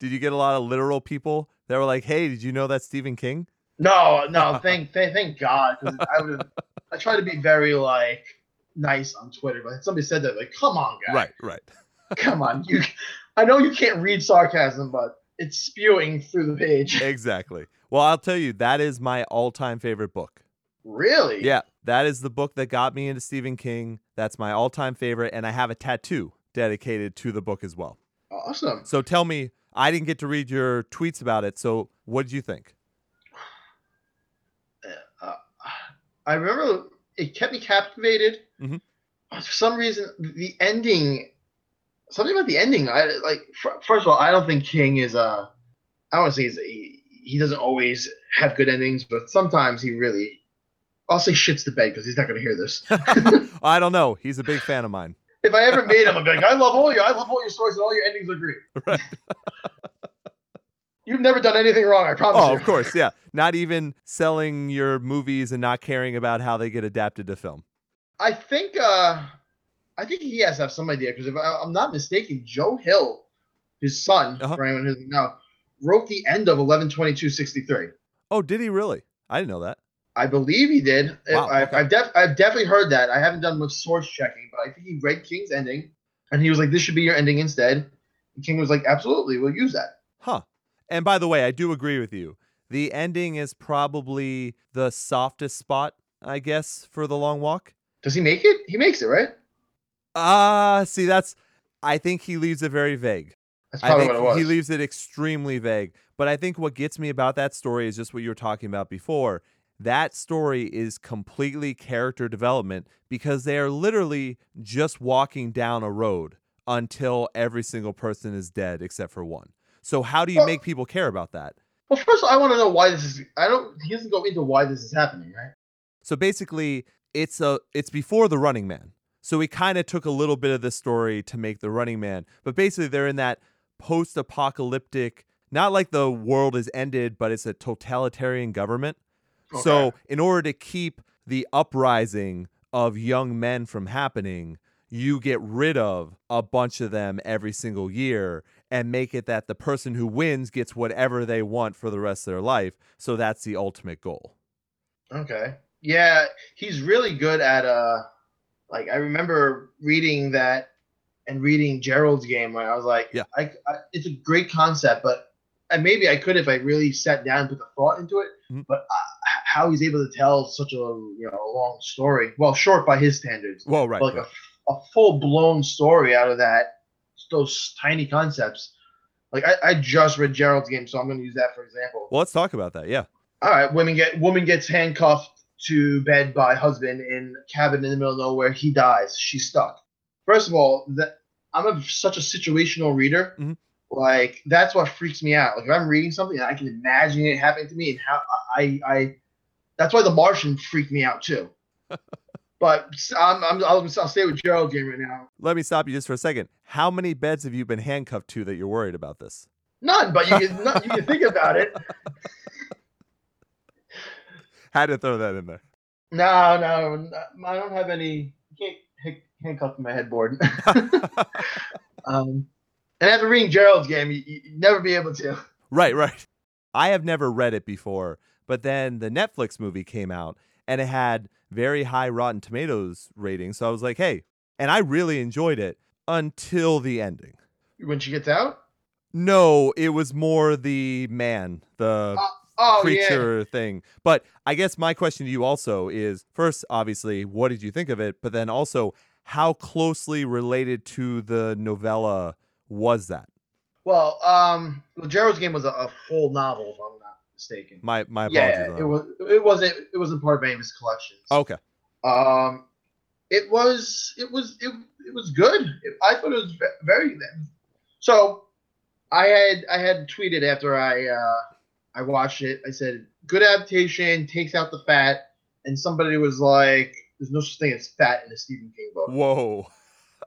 Speaker 1: did you get a lot of literal people that were like, "Hey, did you know that's Stephen King?"
Speaker 2: no, no, thank thank, thank God because I would I try to be very like nice on Twitter, but somebody said that like, come on, guy,
Speaker 1: Right, right.
Speaker 2: come on, you. I know you can't read sarcasm, but it's spewing through the page.
Speaker 1: Exactly. Well, I'll tell you, that is my all-time favorite book.
Speaker 2: Really?
Speaker 1: Yeah, that is the book that got me into Stephen King. That's my all-time favorite, and I have a tattoo dedicated to the book as well.
Speaker 2: Awesome.
Speaker 1: So tell me, I didn't get to read your tweets about it. So what did you think?
Speaker 2: uh, I remember it kept me captivated. Uh,
Speaker 1: Mhm.
Speaker 2: For some reason, the ending, something about the ending. I like. fir- First of all, I don't think King is uh I don't want to say he's, he, he doesn't always have good endings, but sometimes he really. I'll say shits the bed because he's not going to hear this.
Speaker 1: I don't know. He's a big fan of mine.
Speaker 2: if I ever made him, I'd be like, I love all your, I love all your stories and all your endings are great.
Speaker 1: Right.
Speaker 2: You've never done anything wrong, I promise
Speaker 1: Oh,
Speaker 2: you.
Speaker 1: of course, yeah. Not even selling your movies and not caring about how they get adapted to film.
Speaker 2: I think uh, I think he has to have some idea because if I, I'm not mistaken, Joe Hill, his son,
Speaker 1: Uh-huh.
Speaker 2: for anyone who doesn't know, wrote the end of 112263.
Speaker 1: Oh, did he really? I didn't know that.
Speaker 2: I believe he did. I-
Speaker 1: Wow,
Speaker 2: I,
Speaker 1: okay.
Speaker 2: I've, def- I've definitely heard that. I haven't done much source checking, but I think he read King's ending, and he was like, "This should be your ending instead." And King was like, "Absolutely, we'll use that."
Speaker 1: Huh. And by the way, I do agree with you. The ending is probably the softest spot, I guess, for the long walk.
Speaker 2: Does he make it? He makes it, right?
Speaker 1: Ah, see, that's. I think he leaves it very vague.
Speaker 2: That's
Speaker 1: I
Speaker 2: probably
Speaker 1: think
Speaker 2: what it was.
Speaker 1: he leaves it extremely vague. But I think what gets me about that story is just what you were talking about before. That story is completely character development because they are literally just walking down a road until every single person is dead except for one. So how do you make people care about that?
Speaker 2: Well, first I want to know why this is. I don't. He doesn't go into why this is happening, right?
Speaker 1: So basically, it's a it's before the Running Man. So we kind of took a little bit of this story to make the Running Man, but basically they're in that post-apocalyptic, not like the world is ended, but it's a totalitarian government. So
Speaker 2: Okay.
Speaker 1: in order to keep the uprising of young men from happening, you get rid of a bunch of them every single year and make it that the person who wins gets whatever they want for the rest of their life. So that's the ultimate goal.
Speaker 2: Okay. Yeah, he's really good at uh like I remember reading that and reading Gerald's game where I was like,
Speaker 1: Yeah.
Speaker 2: I, I it's a great concept, but and maybe I could if I really sat down and put the thought into it.
Speaker 1: Mhm.
Speaker 2: But uh, h- how he's able to tell such a you know a long story, well, short by his standards,
Speaker 1: Well, right.
Speaker 2: but like a, a full blown story out of that those tiny concepts. Like I, I just read Gerald's game, so I'm going to use that for example.
Speaker 1: well, let's talk about that. Yeah.
Speaker 2: All right, women get woman gets handcuffed to bed by husband in cabin in the middle of nowhere. He dies. She's stuck. First of all, that I'm a, such a situational reader.
Speaker 1: Mhm.
Speaker 2: Like that's what freaks me out. Like if I'm reading something, I can imagine it happening to me, and how I I. I that's why The Martian freaked me out too. but I'm, I'm I'll, I'll stay with Geraldine right now.
Speaker 1: Let me stop you just for a second. How many beds have you been handcuffed to that you're worried about this?
Speaker 2: None, but you can not, you can think about it.
Speaker 1: Had to throw that in there.
Speaker 2: No, no, no, I don't have any. You can't hand- handcuff my headboard. Um, and after reading Gerald's game, you, you you'd never be able to.
Speaker 1: Right, right. I have never read it before, but then the Netflix movie came out and it had very high Rotten Tomatoes ratings. So I was like, hey, and I really enjoyed it until the ending.
Speaker 2: When she gets out?
Speaker 1: No, it was more the man, the
Speaker 2: Oh, yeah.
Speaker 1: creature thing. But I guess my question to you also is first, obviously, what did you think of it? But then also, how closely related to the novella was that?
Speaker 2: Well, um, well, Gerald's game was a, a full novel, if I'm not mistaken.
Speaker 1: My my apologies.
Speaker 2: yeah,
Speaker 1: on
Speaker 2: it
Speaker 1: that.
Speaker 2: was. It wasn't. It wasn't part of Amos' collections.
Speaker 1: okay.
Speaker 2: Um, it was. It was. It, it was good. It, I thought it was ve- very. So, I had I had tweeted after I uh, I watched it. I said good adaptation takes out the fat, and somebody was like, "There's no such thing as fat in a Stephen King book."
Speaker 1: Whoa.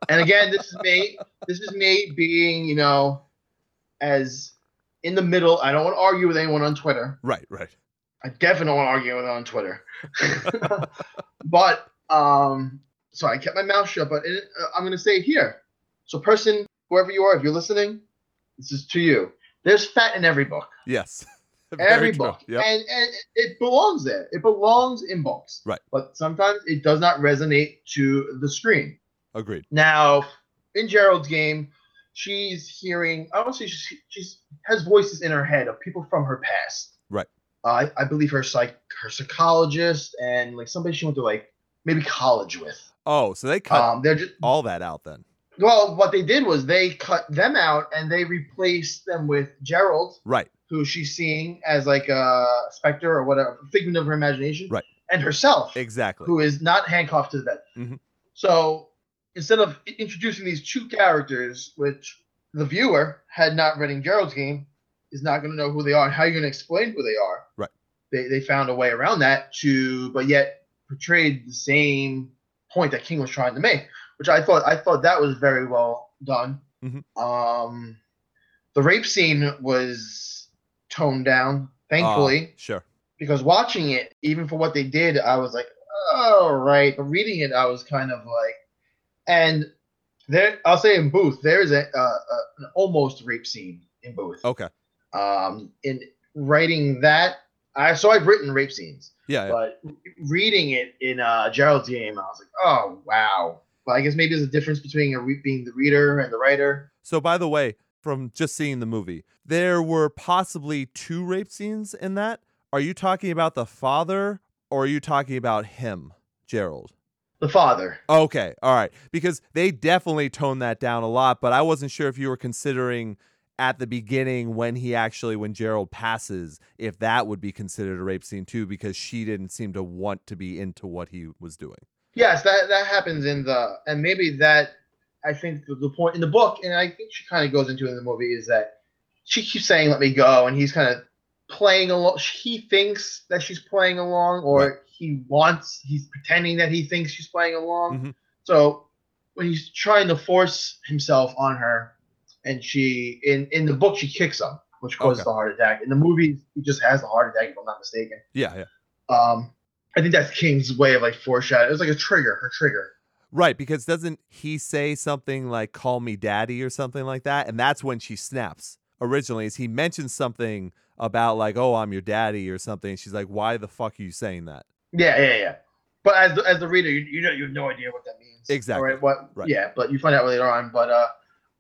Speaker 2: and again, this is me. This is me being, you know, as in the middle. I don't want to argue with anyone on Twitter.
Speaker 1: Right, right.
Speaker 2: I definitely don't want to argue with anyone on Twitter. but um, so I kept my mouth shut. But it, uh, I'm going to say it here. So, person, whoever you are, if you're listening, this is to you. There's fat in every book,
Speaker 1: Yes. Very
Speaker 2: every
Speaker 1: true.
Speaker 2: book,
Speaker 1: Yep.
Speaker 2: and and it belongs there. It belongs in books.
Speaker 1: Right.
Speaker 2: But sometimes it does not resonate to the screen.
Speaker 1: Agreed.
Speaker 2: Now, in Gerald's game, she's hearing. I don't say she's, she's has voices in her head of people from her past.
Speaker 1: Right.
Speaker 2: Uh, I, I believe her psych, her psychologist, and like somebody she went to like maybe college with.
Speaker 1: Oh, so they cut
Speaker 2: Um, they're just
Speaker 1: all that out then.
Speaker 2: well. What they did was they cut them out and they replaced them with Gerald,
Speaker 1: Right.
Speaker 2: who she's seeing as like a specter or whatever, figment of her imagination,
Speaker 1: Right.
Speaker 2: and herself
Speaker 1: Exactly.
Speaker 2: who is not handcuffed to the bed.
Speaker 1: Mhm.
Speaker 2: So instead of i- introducing these two characters, which the viewer had not read in Gerald's game, is not going to know who they are and how you're going to explain who they are.
Speaker 1: Right.
Speaker 2: They, they found a way around that to, but yet portrayed the same point that King was trying to make, which I thought I thought that was very well done.
Speaker 1: Mhm.
Speaker 2: Um, the rape scene was toned
Speaker 1: Ah,
Speaker 2: down, thankfully
Speaker 1: sure.
Speaker 2: because watching it, even for what they did, I was like, all right. But reading it, I was kind of like, and there, I'll say in Booth, there is a, a, a an almost rape scene in Booth.
Speaker 1: Okay.
Speaker 2: Um, in writing that, I so I've written rape scenes,
Speaker 1: Yeah. yeah.
Speaker 2: but reading it in uh, Gerald's game, I was like, oh wow. But I guess maybe there's a difference between a re- being the reader and the writer.
Speaker 1: So by the way, from just seeing the movie, there were possibly two rape scenes in that. Are you talking about the father or are you talking about him, Gerald?
Speaker 2: The father.
Speaker 1: Okay. All right. Because they definitely toned that down a lot, but I wasn't sure if you were considering at the beginning when he actually when Gerald passes if that would be considered a rape scene too because she didn't seem to want to be into what he was doing.
Speaker 2: Yes, that that happens in the and maybe that I think the, the point in the book, and I think she kind of goes into it in the movie, is that she keeps saying "let me go," and he's kind of playing along. He thinks that she's playing along, or
Speaker 1: Right.
Speaker 2: he wants. He's pretending that he thinks she's playing along.
Speaker 1: Mhm.
Speaker 2: So when he's trying to force himself on her, and she in in the book she kicks him, which causes
Speaker 1: Okay.
Speaker 2: the heart attack. In the movie, he just has the heart attack, if I'm not mistaken.
Speaker 1: Yeah, yeah.
Speaker 2: Um, I think that's King's way of like foreshadowing. It was like a trigger, her trigger.
Speaker 1: Right, because doesn't he say something like "call me daddy" or something like that, and that's when she snaps. Originally, is he mentions something about like "oh, I'm your daddy" or something? She's like, "Why the fuck are you saying that?"
Speaker 2: Yeah, yeah, yeah. But as the, as the reader, you you, know, you have no idea what that means.
Speaker 1: Exactly.
Speaker 2: Right. What?
Speaker 1: Right.
Speaker 2: Yeah, but you find out later on. But uh,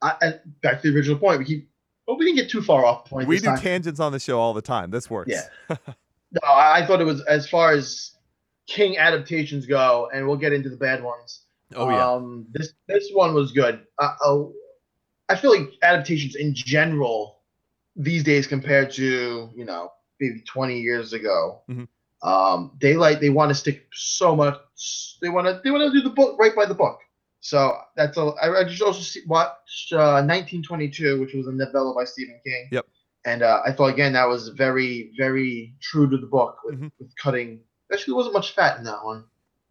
Speaker 2: I, and back to the original point, we keep. Well, we didn't get too far off point.
Speaker 1: we
Speaker 2: this
Speaker 1: do
Speaker 2: time.
Speaker 1: tangents on the show all the time. This works.
Speaker 2: Yeah. No, I, I thought it was as far as King adaptations go, and we'll get into the bad ones.
Speaker 1: Oh yeah.
Speaker 2: Um, this this one was good. Uh, oh, I feel like adaptations in general these days compared to you know maybe 20 years ago,
Speaker 1: Mhm.
Speaker 2: um, they like they want to stick so much. They want to they want to do the book right by the book. So that's a. I I just also see, watched uh, 1922, which was a novella by Stephen King.
Speaker 1: Yep.
Speaker 2: And uh, I thought again that was very very true to the book with,
Speaker 1: Mhm.
Speaker 2: with cutting. Actually, there wasn't much fat in that one,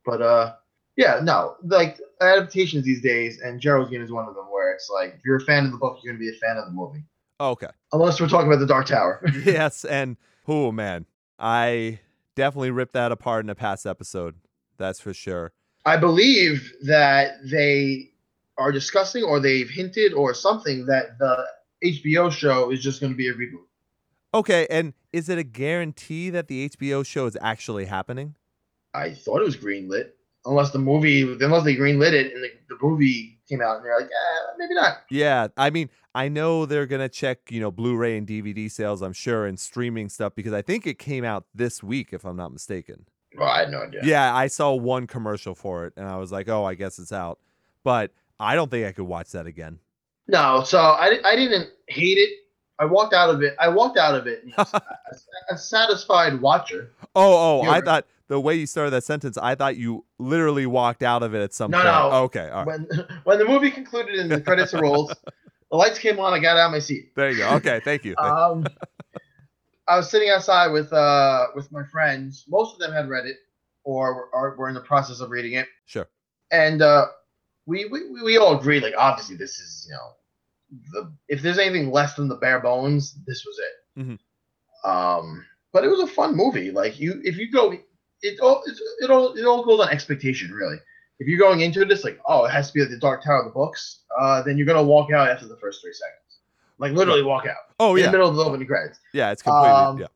Speaker 2: but uh, yeah, no, like adaptations these days, and Gerald's Game is one of them where it's like if you're a fan of the book, you're gonna be a fan of the movie,
Speaker 1: okay.
Speaker 2: unless we're talking about the Dark Tower.
Speaker 1: yes, and oh man, I definitely ripped that apart in a past episode. That's for sure.
Speaker 2: I believe that they are discussing, or they've hinted, or something that the HBO show is just gonna be a reboot.
Speaker 1: Okay, and is it a guarantee that the HBO show is actually happening?
Speaker 2: I thought it was greenlit, unless the movie, unless they greenlit it and the, the movie came out, and they're like, eh, maybe not.
Speaker 1: Yeah, I mean, I know they're gonna check, you know, Blu-ray and DVD sales, I'm sure, and streaming stuff because I think it came out this week, if I'm not mistaken.
Speaker 2: Well, I had no idea.
Speaker 1: Yeah, I saw one commercial for it, and I was like, oh, I guess it's out, but I don't think I could watch that again.
Speaker 2: No, so I, di- I didn't hate it. I walked out of it. I walked out of it you know, a, a satisfied watcher.
Speaker 1: Oh, oh,
Speaker 2: You're
Speaker 1: I
Speaker 2: right.
Speaker 1: thought the way you started that sentence, I thought you literally walked out of it at some
Speaker 2: No,
Speaker 1: point.
Speaker 2: no.
Speaker 1: Okay, all right.
Speaker 2: When when the movie concluded and the credits rolled, the lights came on. I got out of my seat.
Speaker 1: There you go. Okay, thank you. Thank-
Speaker 2: Um, I was sitting outside with uh with my friends. Most of them had read it, or were- are, were in the process of reading it,
Speaker 1: sure.
Speaker 2: and uh, we, we we- we all agreed like obviously this is you know the if there's anything less than the bare bones, this was it.
Speaker 1: Mhm.
Speaker 2: Um, but it was a fun movie. Like you, if you go, it all it's, it all it all goes on expectation really. If you're going into this like oh it has to be like the Dark Tower of the books, uh, then you're gonna walk out after the first three seconds, like literally walk out
Speaker 1: Oh
Speaker 2: in the
Speaker 1: yeah,
Speaker 2: middle of the opening credits.
Speaker 1: yeah. It's completely
Speaker 2: Um,
Speaker 1: yeah.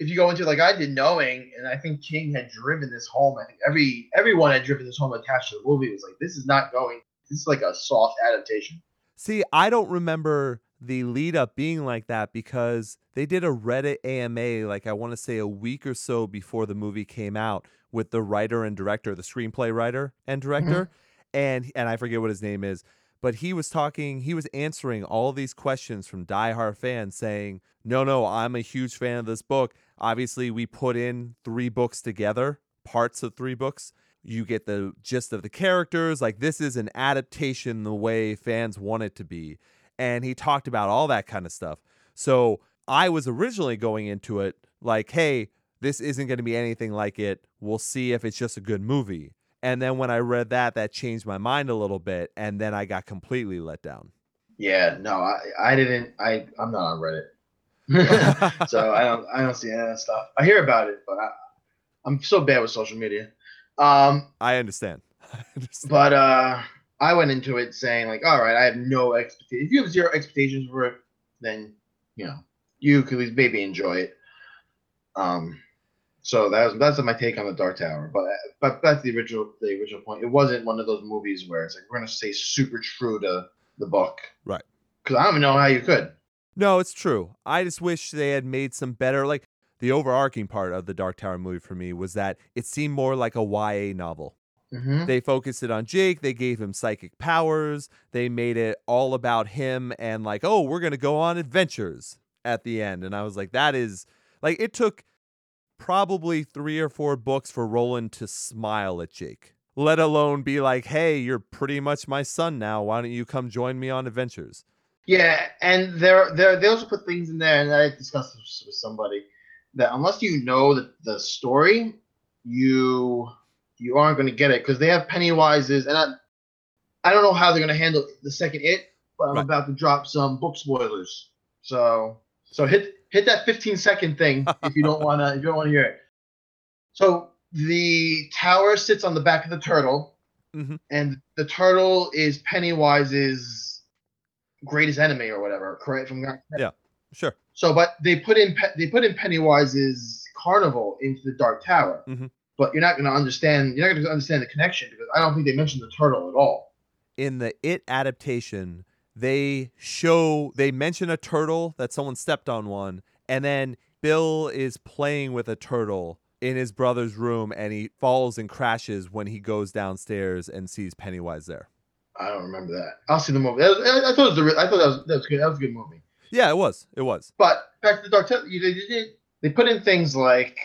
Speaker 2: If you go into it like I did, knowing, and I think King had driven this home. I think every everyone had driven this home attached to the movie. It was like this is not going. This is like a soft adaptation.
Speaker 1: See, I don't remember the lead up being like that because they did a Reddit AMA, like I want to say a week or so before the movie came out, with the writer and director, the screenplay writer and director, and and I forget what his name is, but he was talking, he was answering all these questions from diehard fans saying, "No, no, I'm a huge fan of this book. Obviously, we put in three books together, parts of three books, you get the gist of the characters. Like this is an adaptation the way fans want it to be. And he talked about all that kind of stuff. So I was originally going into it like, hey, this isn't going to be anything like it. We'll see if it's just a good movie. And then when I read that, that changed my mind a little bit. And then I got completely let down.
Speaker 2: Yeah, no, I, I didn't. I, I'm not on Reddit, so I don't, I don't see any of that stuff. I hear about it, but I, I'm so bad with social media. Um,
Speaker 1: I understand. I understand.
Speaker 2: but uh, I went into it saying like, all right, I have no expectations. If you have zero expectations for it, then you know you could maybe enjoy it. Um, so that was that's my take on the Dark Tower. But but that's the original the original point. It wasn't one of those movies where it's like we're gonna stay super true to the book,
Speaker 1: Right.
Speaker 2: Because I don't even know how you could.
Speaker 1: No, it's true. I just wish they had made some better. Like the overarching part of the Dark Tower movie for me was that it seemed more like a YA novel.
Speaker 2: Mm-hmm.
Speaker 1: They focused it on Jake. They gave him psychic powers. They made it all about him and like, oh, we're gonna go on adventures at the end. And I was like, that is like it took probably three or four books for Roland to smile at Jake. let alone be like, hey, you're pretty much my son now. Why don't you come join me on adventures?
Speaker 2: Yeah, and there, there, they also put things in there, and I discussed this with somebody that unless you know the, the story, you you aren't going to get it because they have Pennywise's, and I, I don't know how they're going to handle the second it, but I'm
Speaker 1: Right.
Speaker 2: about to drop some book spoilers. So, so hit hit that 15 second thing if you don't want to if you don't want to hear it. So the tower sits on the back of the turtle,
Speaker 1: Mhm.
Speaker 2: and the turtle is Pennywise's greatest enemy or whatever. Correct? If I'm not
Speaker 1: Sure.
Speaker 2: so, but they put in Pe- they put in Pennywise's carnival into the Dark Tower.
Speaker 1: Mhm.
Speaker 2: But you're not going to understand. You're not going to understand the connection because I don't think they mentioned the turtle at all.
Speaker 1: In the It adaptation, they show, they mention a turtle that someone stepped on one, and then Bill is playing with a turtle in his brother's room and he falls and crashes when he goes downstairs and sees Pennywise there.
Speaker 2: I don't remember that. I'll see the movie. I, I- I thought it was the. re- I thought that was, that was good. That was a good movie.
Speaker 1: Yeah, it was. It was.
Speaker 2: But back to the Dark Tower. you- They, they, they put in things like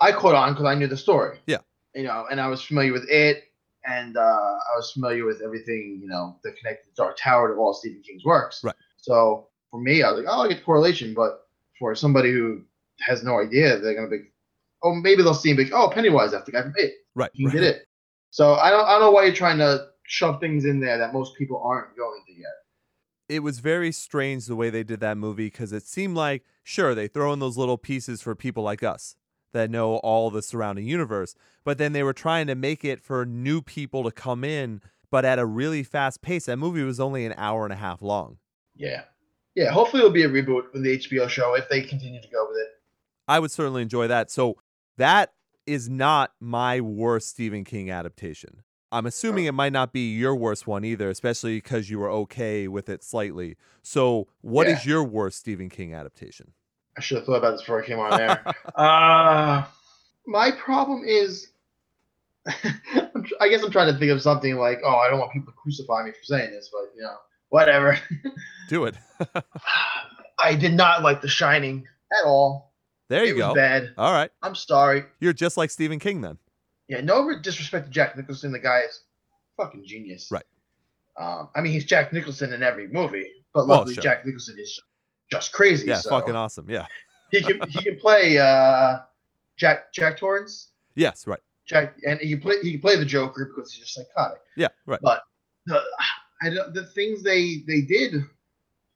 Speaker 2: I caught on because I knew the story.
Speaker 1: Yeah.
Speaker 2: You know, and I was familiar with it, and uh, I was familiar with everything. You know, that connected the Dark Tower to all Stephen King's works.
Speaker 1: Right.
Speaker 2: So for me, I was like, oh, I get the correlation. But for somebody who has no idea, they're gonna be, oh, maybe they'll see him like, oh, Pennywise, that's the guy from It.
Speaker 1: Right.
Speaker 2: He
Speaker 1: right.
Speaker 2: did it. So I don't, I don't know why you're trying to shove things in there that most people aren't going to yet.
Speaker 1: it was very strange the way they did that movie because it seemed like sure they throw in those little pieces for people like us that know all the surrounding universe but then they were trying to make it for new people to come in but at a really fast pace that movie was only an hour and a half long
Speaker 2: Yeah. Yeah, hopefully it'll be a reboot with the HBO show if they continue to go with it.
Speaker 1: i would certainly enjoy that so that is not my worst stephen king adaptation i'm assuming it might not be your worst one either especially because you were okay with it slightly so what is
Speaker 2: Yeah.
Speaker 1: your worst stephen king adaptation
Speaker 2: I should have thought about this before I came on air. uh, my problem is, I'm tr- I guess I'm trying to think of something like, oh, I don't want people to crucify me for saying this, but you know, whatever.
Speaker 1: do it
Speaker 2: I did not like The Shining at all.
Speaker 1: there you
Speaker 2: it was
Speaker 1: go
Speaker 2: bad.
Speaker 1: all right
Speaker 2: I'm sorry.
Speaker 1: You're just like Stephen King then.
Speaker 2: Yeah, no re- disrespect to Jack Nicholson. The guy is fucking genius.
Speaker 1: Right.
Speaker 2: Um, I mean, he's Jack Nicholson in every movie, but
Speaker 1: Well, Oh,
Speaker 2: luckily
Speaker 1: sure.
Speaker 2: Jack Nicholson is just crazy.
Speaker 1: Yeah,
Speaker 2: so
Speaker 1: fucking awesome. Yeah.
Speaker 2: he can he can play uh, Jack Jack Torrance.
Speaker 1: Yes, right.
Speaker 2: Jack and he can play he can play the Joker because he's just psychotic.
Speaker 1: Yeah, right.
Speaker 2: The I don't, the things they they did,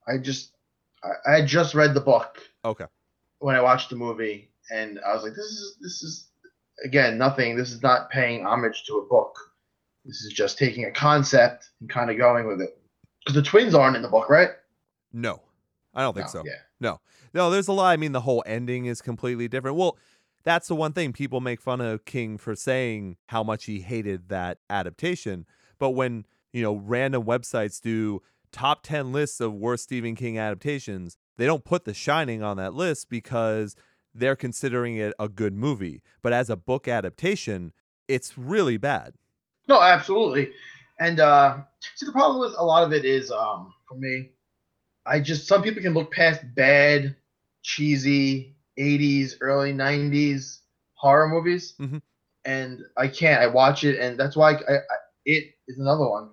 Speaker 2: I just I, I had just read the book.
Speaker 1: Okay.
Speaker 2: When I watched the movie, and I was like, this is this is again nothing. This is not paying homage to a book. This is just taking a concept and kind of going with it. Because the twins aren't in the book, right?
Speaker 1: No. I don't think
Speaker 2: No,
Speaker 1: so.
Speaker 2: Yeah.
Speaker 1: No, there's a lot. I mean, the whole ending is completely different. Well, that's the one thing people make fun of King for saying how much he hated that adaptation. But when, you know, random websites do top 10 lists of worst Stephen King adaptations, they don't put The Shining on that list because they're considering it a good movie. But as a book adaptation, it's really bad.
Speaker 2: No, absolutely. And uh, see, the problem with a lot of it is, um, for me, I just some people can look past bad, cheesy '80s, early '90s horror movies,
Speaker 1: Mhm.
Speaker 2: and I can't. I watch it, and that's why I, I, it is another one.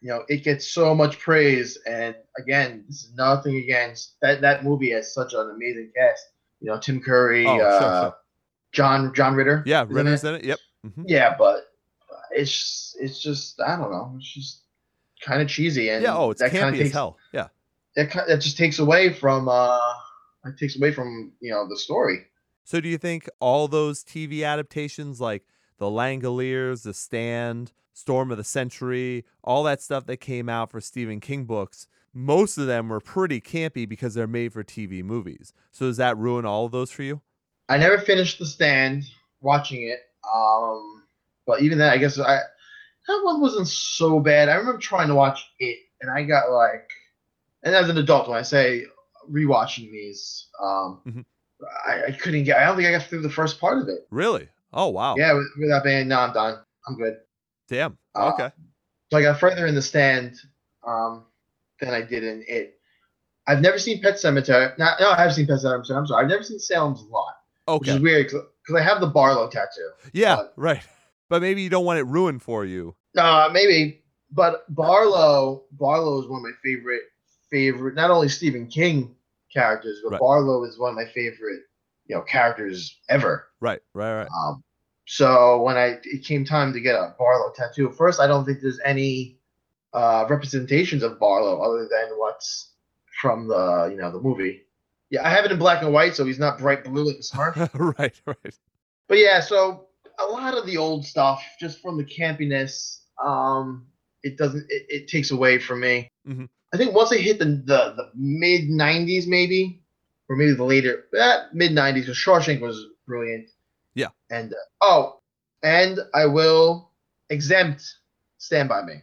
Speaker 2: You know, it gets so much praise, and again, this is nothing against that. That movie has such an amazing cast. You know, Tim Curry,
Speaker 1: Oh, sure,
Speaker 2: uh,
Speaker 1: sure.
Speaker 2: John John Ritter.
Speaker 1: Yeah,
Speaker 2: is in it.
Speaker 1: Ritter's in it. Yep. Mhm.
Speaker 2: Yeah, but it's it's just I don't know. It's just kind of cheesy, and
Speaker 1: Yeah, oh, it's
Speaker 2: that kind
Speaker 1: campy
Speaker 2: of
Speaker 1: as
Speaker 2: takes
Speaker 1: hell. Yeah.
Speaker 2: that ki- that just takes away from uh, it takes away from you know the story.
Speaker 1: So do you think all those TV adaptations like The Langoliers, The Stand, Storm of the Century, all that stuff that came out for Stephen King books, most of them were pretty campy because they're made for TV movies. So does that ruin all of those for you?
Speaker 2: I never finished The Stand watching it, um, but even that, I guess I that one wasn't so bad. I remember trying to watch it, and I got like, and as an adult, when I say rewatching these, um,
Speaker 1: Mhm.
Speaker 2: I, I couldn't get. I don't think I got through the first part of it.
Speaker 1: Really? Oh wow.
Speaker 2: Yeah, with- without being, no, I'm done. I'm good.
Speaker 1: Damn.
Speaker 2: Uh,
Speaker 1: Okay.
Speaker 2: So I got further in the stand um, than I did in it. I've never seen Pet Cemetery. No, no, I have seen Pet Cemetery. I'm sorry. I've never seen Salem's Lot, which
Speaker 1: Okay.
Speaker 2: is weird because I have the Barlow tattoo.
Speaker 1: Yeah,
Speaker 2: uh,
Speaker 1: right. but maybe you don't want it ruined for you.
Speaker 2: Uh, maybe, but Barlow, Barlow is one of my favorite favorite. Not only Stephen King characters, but
Speaker 1: Right.
Speaker 2: Barlow is one of my favorite you know characters ever.
Speaker 1: Right, right, right.
Speaker 2: Um, so when I it came time to get a Barlow tattoo, first I don't think there's any uh, representations of Barlow other than what's from the you know the movie. Yeah, I have it in black and white, so he's not bright blue like the Smurf.
Speaker 1: right, right.
Speaker 2: But yeah, so a lot of the old stuff, just from the campiness, um, it doesn't it, it takes away from me.
Speaker 1: Mhm.
Speaker 2: I think once I hit the the, the mid '90s, maybe or maybe the later that mid '90s, because Shawshank was brilliant.
Speaker 1: Yeah.
Speaker 2: And uh, oh, and I will exempt Stand by Me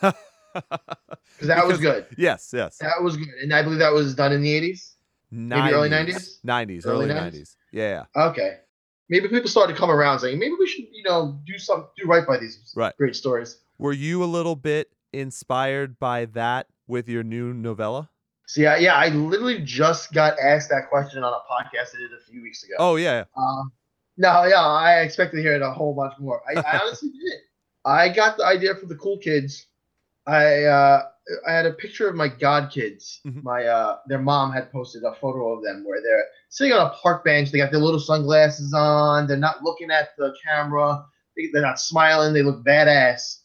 Speaker 2: because that was good.
Speaker 1: yes, yes.
Speaker 2: That was good, and I believe that was done in the '80s. Maybe early 90s?
Speaker 1: 90s,
Speaker 2: Early
Speaker 1: early
Speaker 2: 90s?
Speaker 1: 90s. Yeah, yeah.
Speaker 2: Okay. Maybe people started to come around saying maybe we should, you know, do some do right by these
Speaker 1: Right.
Speaker 2: great stories.
Speaker 1: Were you a little bit inspired by that with your new novella?
Speaker 2: So yeah, yeah, I literally just got asked that question on a podcast I did a few weeks ago.
Speaker 1: Oh, yeah.
Speaker 2: Um, no, yeah, I expected to hear it a whole bunch more. I, I honestly did. I got the idea for the cool kids. I uh, I had a picture of my god kids.
Speaker 1: Mhm.
Speaker 2: My uh, their mom had posted a photo of them where they're sitting on a park bench. They got their little sunglasses on. They're not looking at the camera. They, they're not smiling. They look badass.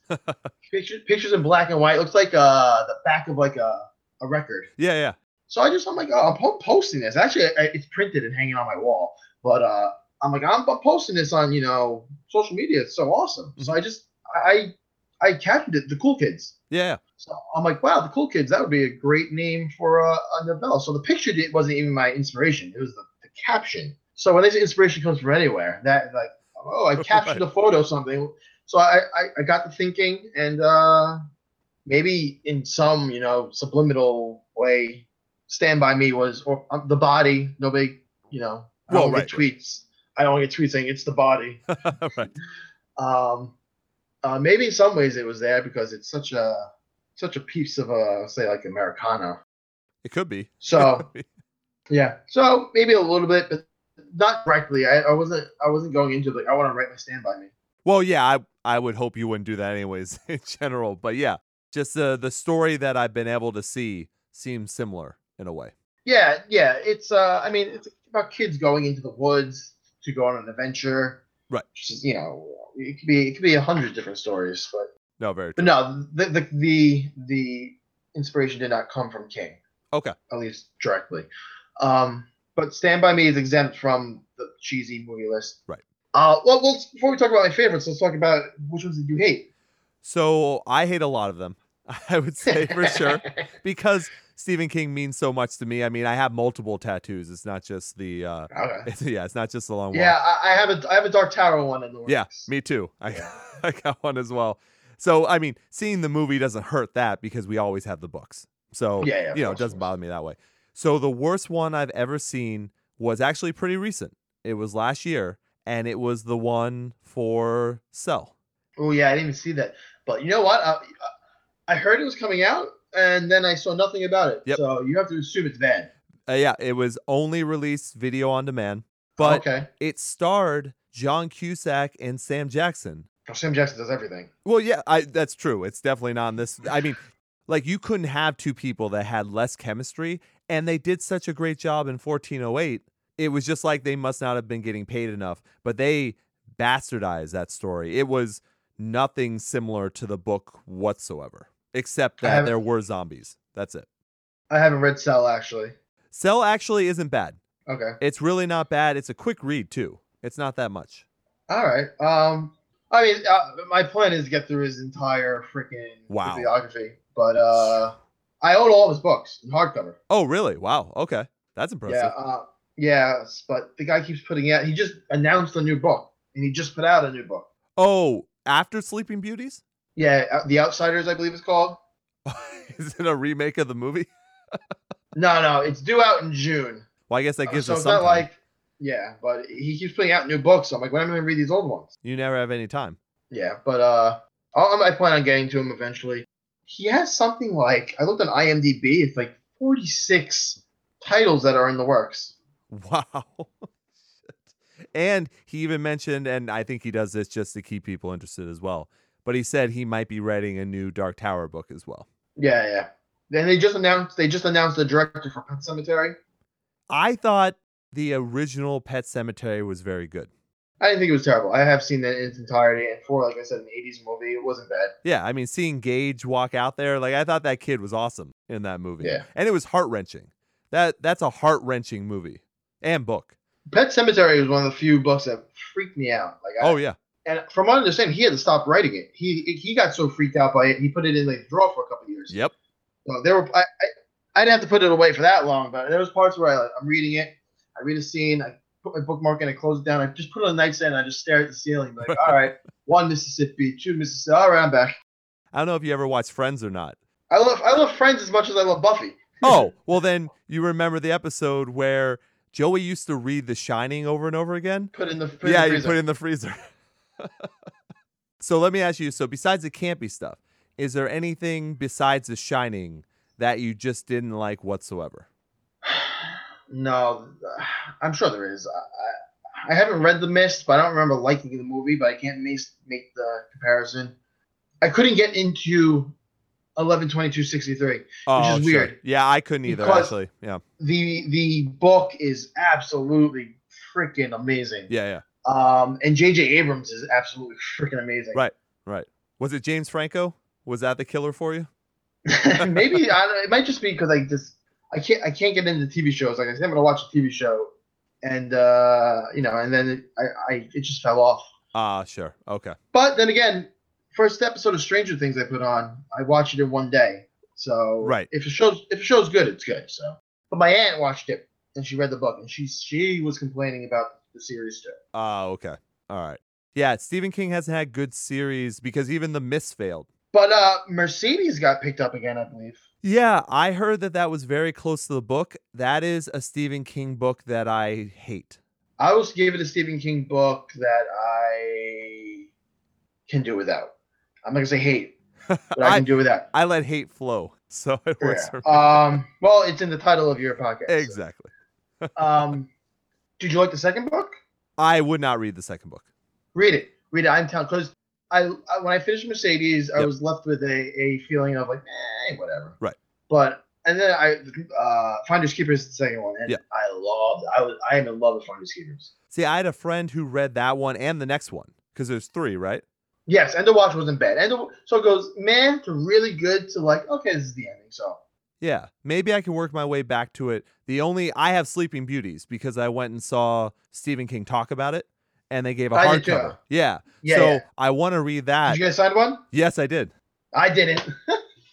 Speaker 2: pictures pictures in black and white. Looks like uh the back of like a a record.
Speaker 1: Yeah, yeah.
Speaker 2: So I just I'm like, oh, I'm po- posting this. Actually, I, it's printed and hanging on my wall. But uh, I'm like, I'm po- posting this on you know social media. It's so awesome. So I just I I captioned it, the cool kids.
Speaker 1: Yeah, yeah.
Speaker 2: So I'm like, wow, the cool kids. That would be a great name for a, a novella. So the picture did, wasn't even my inspiration. It was the, the caption. So when they say inspiration comes from anywhere, that like, oh, I captured a photo something. So I, I I got the thinking and uh maybe in some you know subliminal way, Stand by Me was or um, the body. Nobody you know. I
Speaker 1: Well,
Speaker 2: don't
Speaker 1: right,
Speaker 2: get
Speaker 1: right.
Speaker 2: tweets. I don't get tweets saying it's the body.
Speaker 1: right.
Speaker 2: Um, uh, maybe in some ways it was there because it's such a such a piece of uh say like Americana.
Speaker 1: It could be.
Speaker 2: So yeah, so maybe a little bit, but not directly. I, I wasn't I wasn't going into it, like I want to write my stand by me.
Speaker 1: Well, yeah, I I would hope you wouldn't do that anyways in general, but yeah, just uh, the the story that I've been able to see seems similar in a way.
Speaker 2: Yeah, yeah. It's uh, I mean, it's about kids going into the woods to go on an adventure.
Speaker 1: Right.
Speaker 2: Which is, you know, it could be it could be a hundred different stories, but
Speaker 1: No, very
Speaker 2: but
Speaker 1: true.
Speaker 2: no, the the the, the inspiration did not come from King.
Speaker 1: Okay.
Speaker 2: at least directly. Um, but Stand by Me is exempt from the cheesy movie list.
Speaker 1: Right.
Speaker 2: Uh, well, well, before we talk about my favorites, let's talk about which ones did you hate.
Speaker 1: So, I hate a lot of them. I would say for sure because Stephen King means so much to me. I mean, I have multiple tattoos. It's not just the uh
Speaker 2: okay.
Speaker 1: it's, yeah, it's not just the long walk.
Speaker 2: Oh, Yeah, I, I have a I have a Dark Tower one in the works.
Speaker 1: Yeah, me too. I,
Speaker 2: Yeah.
Speaker 1: I got one as well. So, I mean, seeing the movie doesn't hurt that because we always have the books. So,
Speaker 2: Yeah, yeah, of
Speaker 1: you know,
Speaker 2: course,
Speaker 1: it
Speaker 2: of
Speaker 1: doesn't
Speaker 2: course.
Speaker 1: bother me that way. So, the worst one I've ever seen was actually pretty recent. It was last year, and it was the one for Cell.
Speaker 2: Oh yeah, I didn't even see that. But you know what? I, I heard it was coming out, and then I saw nothing about it.
Speaker 1: Yep.
Speaker 2: So you have to assume it's bad.
Speaker 1: Uh, yeah, it was only released video on demand, but
Speaker 2: okay,
Speaker 1: it starred John Cusack and Sam Jackson.
Speaker 2: Well, Sam Jackson does everything.
Speaker 1: Well, yeah, I that's true. It's definitely not in this. I mean, like you couldn't have two people that had less chemistry, and they did such a great job in 1408. It was just like they must not have been getting paid enough, but they bastardized that story. It was nothing similar to the book whatsoever, except
Speaker 2: I
Speaker 1: that
Speaker 2: haven't-
Speaker 1: there were zombies. That's it.
Speaker 2: I haven't read Cell actually.
Speaker 1: Cell actually isn't bad.
Speaker 2: Okay.
Speaker 1: It's really not bad. It's a quick read too. It's not that much.
Speaker 2: All right. Um, I mean, uh, my plan is to get through his entire freaking
Speaker 1: Wow.
Speaker 2: bibliography, but uh, I own all of his books in hardcover.
Speaker 1: Oh, really? Wow. Okay, that's impressive.
Speaker 2: Yeah. Uh, yes, but the guy keeps putting out. He just announced a new book, and he just put out a new book.
Speaker 1: Oh, after Sleeping Beauties.
Speaker 2: Yeah, uh, The Outsiders, I believe it's called.
Speaker 1: Is it a remake of the movie?
Speaker 2: No, no, it's due out in June.
Speaker 1: Well, I guess that
Speaker 2: Uh,
Speaker 1: gives
Speaker 2: so
Speaker 1: us
Speaker 2: it's not
Speaker 1: something.
Speaker 2: like, yeah, but he keeps putting out new books. So I'm like, when am I gonna read these old ones?
Speaker 1: you never have any time.
Speaker 2: Yeah, but uh, I, I plan on getting to him eventually. He has something like I looked on IMDb. It's like forty six titles that are in the works.
Speaker 1: Wow. And he even mentioned, and I think he does this just to keep people interested as well, but he said he might be writing a new Dark Tower book as well.
Speaker 2: Yeah, yeah. Then they just announced they just announced the director for Pet Cemetery.
Speaker 1: I thought the original Pet Cemetery was very good.
Speaker 2: I didn't think it was terrible. I have seen that in its entirety, and for like I said, an '80s movie, it wasn't bad.
Speaker 1: Yeah, I mean, seeing Gage walk out there, like I thought that kid was awesome in that movie.
Speaker 2: Yeah.
Speaker 1: and it was heart wrenching. That that's a heart wrenching movie and book.
Speaker 2: Pet Cemetery was one of the few books that freaked me out. Like, I,
Speaker 1: Oh yeah,
Speaker 2: and from what I understand, he had to stop writing it. He he got so freaked out by it, he put it in like the drawer for a couple of years.
Speaker 1: yep.
Speaker 2: So there were I, I I didn't have to put it away for that long, but there was parts where I, like, I'm reading it, I read a scene, I put my bookmark in, I close it down, I just put it on the nightstand, and I just stare at the ceiling, like, all right, one Mississippi, two Mississippi, all right, I'm back.
Speaker 1: I don't know if you ever watched Friends or not.
Speaker 2: I love I love Friends as much as I love Buffy.
Speaker 1: Oh well, then you remember the episode where Joey used to read The Shining over and over again.
Speaker 2: Put in the put
Speaker 1: yeah,
Speaker 2: in
Speaker 1: you
Speaker 2: the freezer.
Speaker 1: put it in the freezer. so let me ask you so, besides the campy stuff, is there anything besides The Shining that you just didn't like whatsoever?
Speaker 2: No, uh, I'm sure there is. I, I, I haven't read The Mist, but I don't remember liking the movie. But I can't mis- make the comparison. I couldn't get into eleven twenty two sixty three.
Speaker 1: Oh,
Speaker 2: is
Speaker 1: sure.
Speaker 2: weird.
Speaker 1: Yeah, I couldn't either,
Speaker 2: Because-
Speaker 1: actually. Yeah.
Speaker 2: The the book is absolutely freaking amazing.
Speaker 1: Yeah, yeah.
Speaker 2: Um, and J.J. Abrams is absolutely freaking amazing.
Speaker 1: Right. Was it James Franco? Was that the killer for you?
Speaker 2: Maybe I, don't- it might just be because I just I can't I can't get into TV shows. Like I said, I'm gonna watch a TV show, and uh, you know, and then it, I, I it just fell off.
Speaker 1: Ah, sure. Okay.
Speaker 2: But then again, first episode of Stranger Things I put on, I watched it in one day. So
Speaker 1: Right.
Speaker 2: if a show's if a show's good, it's good. So, but my aunt watched it and she read the book and she she was complaining about the series too.
Speaker 1: Ah, okay. All right. Yeah, Stephen King hasn't had good series because even The Mist failed.
Speaker 2: But uh, Mercedes got picked up again, I believe.
Speaker 1: Yeah, I heard that that was very close to the book. That is a Stephen King book that I hate.
Speaker 2: I was gave it a Stephen King book that I can do without. I'm not gonna say hate, but I,
Speaker 1: I-
Speaker 2: can do without.
Speaker 1: I let hate flow, so it works
Speaker 2: Yeah.
Speaker 1: for me.
Speaker 2: Um, well, it's in the title of your podcast. so.
Speaker 1: Exactly.
Speaker 2: Um, did you like the second book?
Speaker 1: I would not read the second book.
Speaker 2: read it read it i'm telling because I, I when i finished mercedes i
Speaker 1: Yep.
Speaker 2: was left with a, a feeling of like eh, whatever
Speaker 1: Right.
Speaker 2: but and then i uh finders keepers is the second one and
Speaker 1: Yeah.
Speaker 2: i loved i was i am in love with finders keepers
Speaker 1: See, I had a friend who read that one and the next one because there's three, right?
Speaker 2: yes and the watch wasn't bad and the, so it goes man to really good to like okay this is the ending so
Speaker 1: Yeah, maybe I can work my way back to it. The only I have Sleeping Beauties because I went and saw Stephen King talk about it, and they gave a
Speaker 2: I did too.
Speaker 1: hardcover. Yeah.
Speaker 2: yeah,
Speaker 1: so
Speaker 2: yeah.
Speaker 1: I want to read
Speaker 2: did
Speaker 1: that.
Speaker 2: you guys find one
Speaker 1: yes, I did.
Speaker 2: i didn't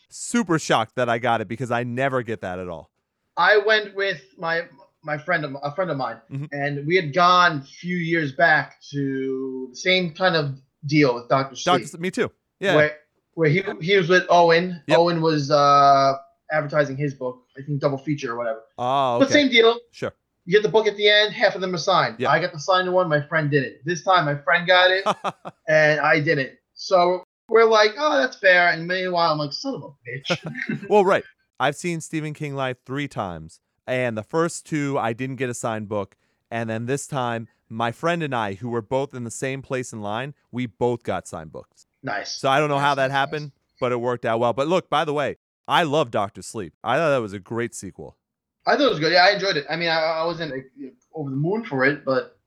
Speaker 1: Super shocked that I got it because I never get that at all.
Speaker 2: I went with my my friend of- a friend of mine,
Speaker 1: Mhm.
Speaker 2: and we had gone a few years back to the same kind of deal with Doctor
Speaker 1: Doctor,
Speaker 2: Sleep,
Speaker 1: me too. Yeah.
Speaker 2: where where he he was with Owen.
Speaker 1: Yep.
Speaker 2: Owen was uh, advertising his book, I think double feature or whatever.
Speaker 1: Oh,
Speaker 2: But
Speaker 1: okay.
Speaker 2: same deal.
Speaker 1: Sure.
Speaker 2: You get the book at the end. Half of them are signed.
Speaker 1: Yeah.
Speaker 2: I got the signed one. My friend did it. This time, my friend got it, and I didn't. So we're like, oh, that's fair. And meanwhile, I'm like, son of a bitch.
Speaker 1: well, right. I've seen Stephen King live three times, and the first two I didn't get a signed book, and then this time my friend and I, who were both in the same place in line, we both got signed books.
Speaker 2: nice.
Speaker 1: So I don't know how
Speaker 2: Nice,
Speaker 1: that
Speaker 2: nice, nice.
Speaker 1: happened, but it worked out well. But look, by the way, I love Doctor Sleep. I thought that was a great sequel.
Speaker 2: I thought it was good. Yeah, I enjoyed it. I mean, I, I wasn't like, you know, over the moon for it, but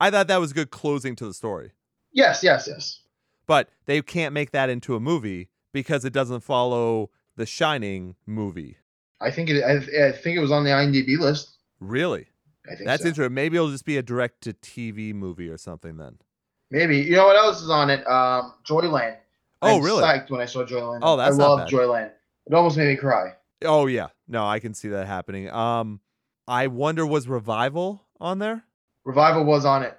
Speaker 1: I thought that was a good closing to the story.
Speaker 2: yes, yes, yes.
Speaker 1: But they can't make that into a movie because it doesn't follow the Shining movie.
Speaker 2: I think it. I, I think it was on the IMDb list.
Speaker 1: Really?
Speaker 2: I think
Speaker 1: That's
Speaker 2: so.
Speaker 1: interesting. Maybe it'll just be a direct to TV movie or something then.
Speaker 2: Maybe you know what else is on it? Um, Joyland. I
Speaker 1: Oh,
Speaker 2: was
Speaker 1: really?
Speaker 2: Psyched when I saw Joyland.
Speaker 1: Oh, that's
Speaker 2: I
Speaker 1: not
Speaker 2: love
Speaker 1: bad.
Speaker 2: Joyland. It almost made me cry.
Speaker 1: Oh yeah. No, I can see that happening. Um I wonder was Revival on there?
Speaker 2: Revival was on it,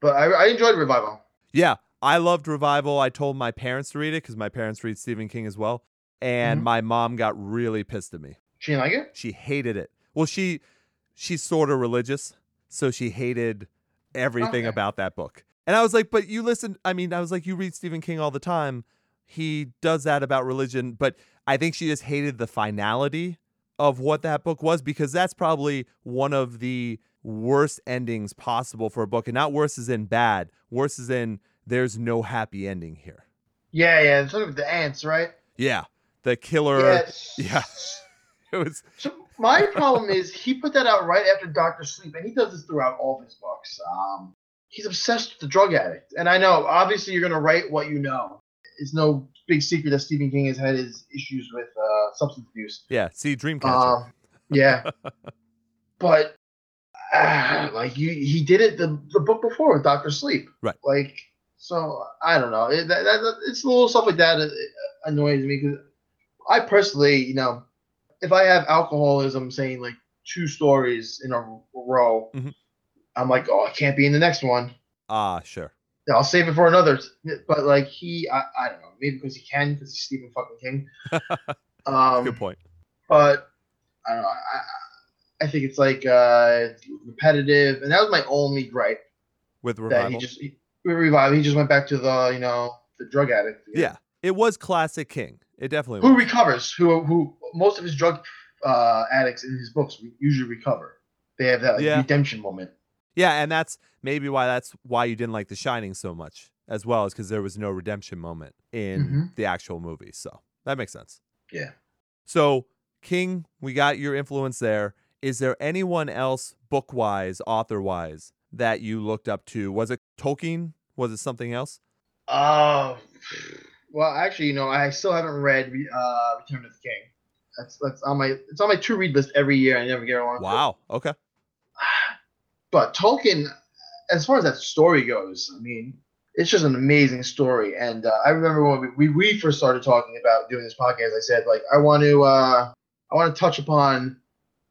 Speaker 2: but I, I enjoyed Revival.
Speaker 1: Yeah, I loved Revival. I told my parents to read it cuz my parents read Stephen King as well, and
Speaker 2: Mhm.
Speaker 1: my mom got really pissed at me.
Speaker 2: She didn't like it.
Speaker 1: She hated it. Well, she she's sort of religious, so she hated everything
Speaker 2: Okay.
Speaker 1: about that book. And I was like, "But you listen, I mean, I was like, you read Stephen King all the time. He does that about religion, but I think she just hated the finality of what that book was because that's probably one of the worst endings possible for a book, and not worse as in bad, worse as in there's no happy ending here.
Speaker 2: Yeah, yeah. Sort of the ants, right?
Speaker 1: Yeah, the killer.
Speaker 2: Yes.
Speaker 1: Yeah, it was.
Speaker 2: So my problem is he put that out right after Doctor Sleep, and he does this throughout all of his books. Um, he's obsessed with the drug addict, and I know obviously you're gonna write what you know. It's no big secret that Stephen King has had his issues with uh, substance abuse.
Speaker 1: Yeah, see Dreamcatcher.
Speaker 2: Um, yeah, but ah, like you, he did it the the book before with Doctor Sleep,
Speaker 1: Right.
Speaker 2: Like so, I don't know. It, that, that, it's little stuff like that that annoys me because I personally, you know, if I have alcoholism, saying like two stories in a row,
Speaker 1: Mhm.
Speaker 2: I'm like, oh, I can't be in the next one.
Speaker 1: ah, sure.
Speaker 2: Yeah, I'll save it for another. But like he, I, I don't know, maybe because he can, because he's Stephen fucking King. um,
Speaker 1: Good point.
Speaker 2: but I don't know. I, I think it's like uh, it's repetitive, and that was my only gripe
Speaker 1: With
Speaker 2: that
Speaker 1: revival.
Speaker 2: he just he, with revival. He just went back to the you know the drug addict.
Speaker 1: yeah. it was classic King. It definitely was.
Speaker 2: Who recovers? Who who? Most of his drug uh, addicts in his books usually recover. They have that like,
Speaker 1: Yeah.
Speaker 2: redemption moment.
Speaker 1: Yeah, and that's maybe why that's why you didn't like The Shining so much as well, is because there was no redemption moment in
Speaker 2: Mhm.
Speaker 1: the actual movie. So that makes sense.
Speaker 2: Yeah.
Speaker 1: So King, we got your influence there. Is there anyone else, book wise, author wise, that you looked up to? Was it Tolkien? Was it something else?
Speaker 2: Oh. Well, actually, you know, I still haven't read uh, Return of the King. That's that's on my it's on my to read list every year. I never get around. to it.
Speaker 1: Wow. Okay.
Speaker 2: but Tolkien, as far as that story goes, I mean, it's just an amazing story. And uh, I remember when we, we, we first started talking about doing this podcast, I said like I want to uh, I want to touch upon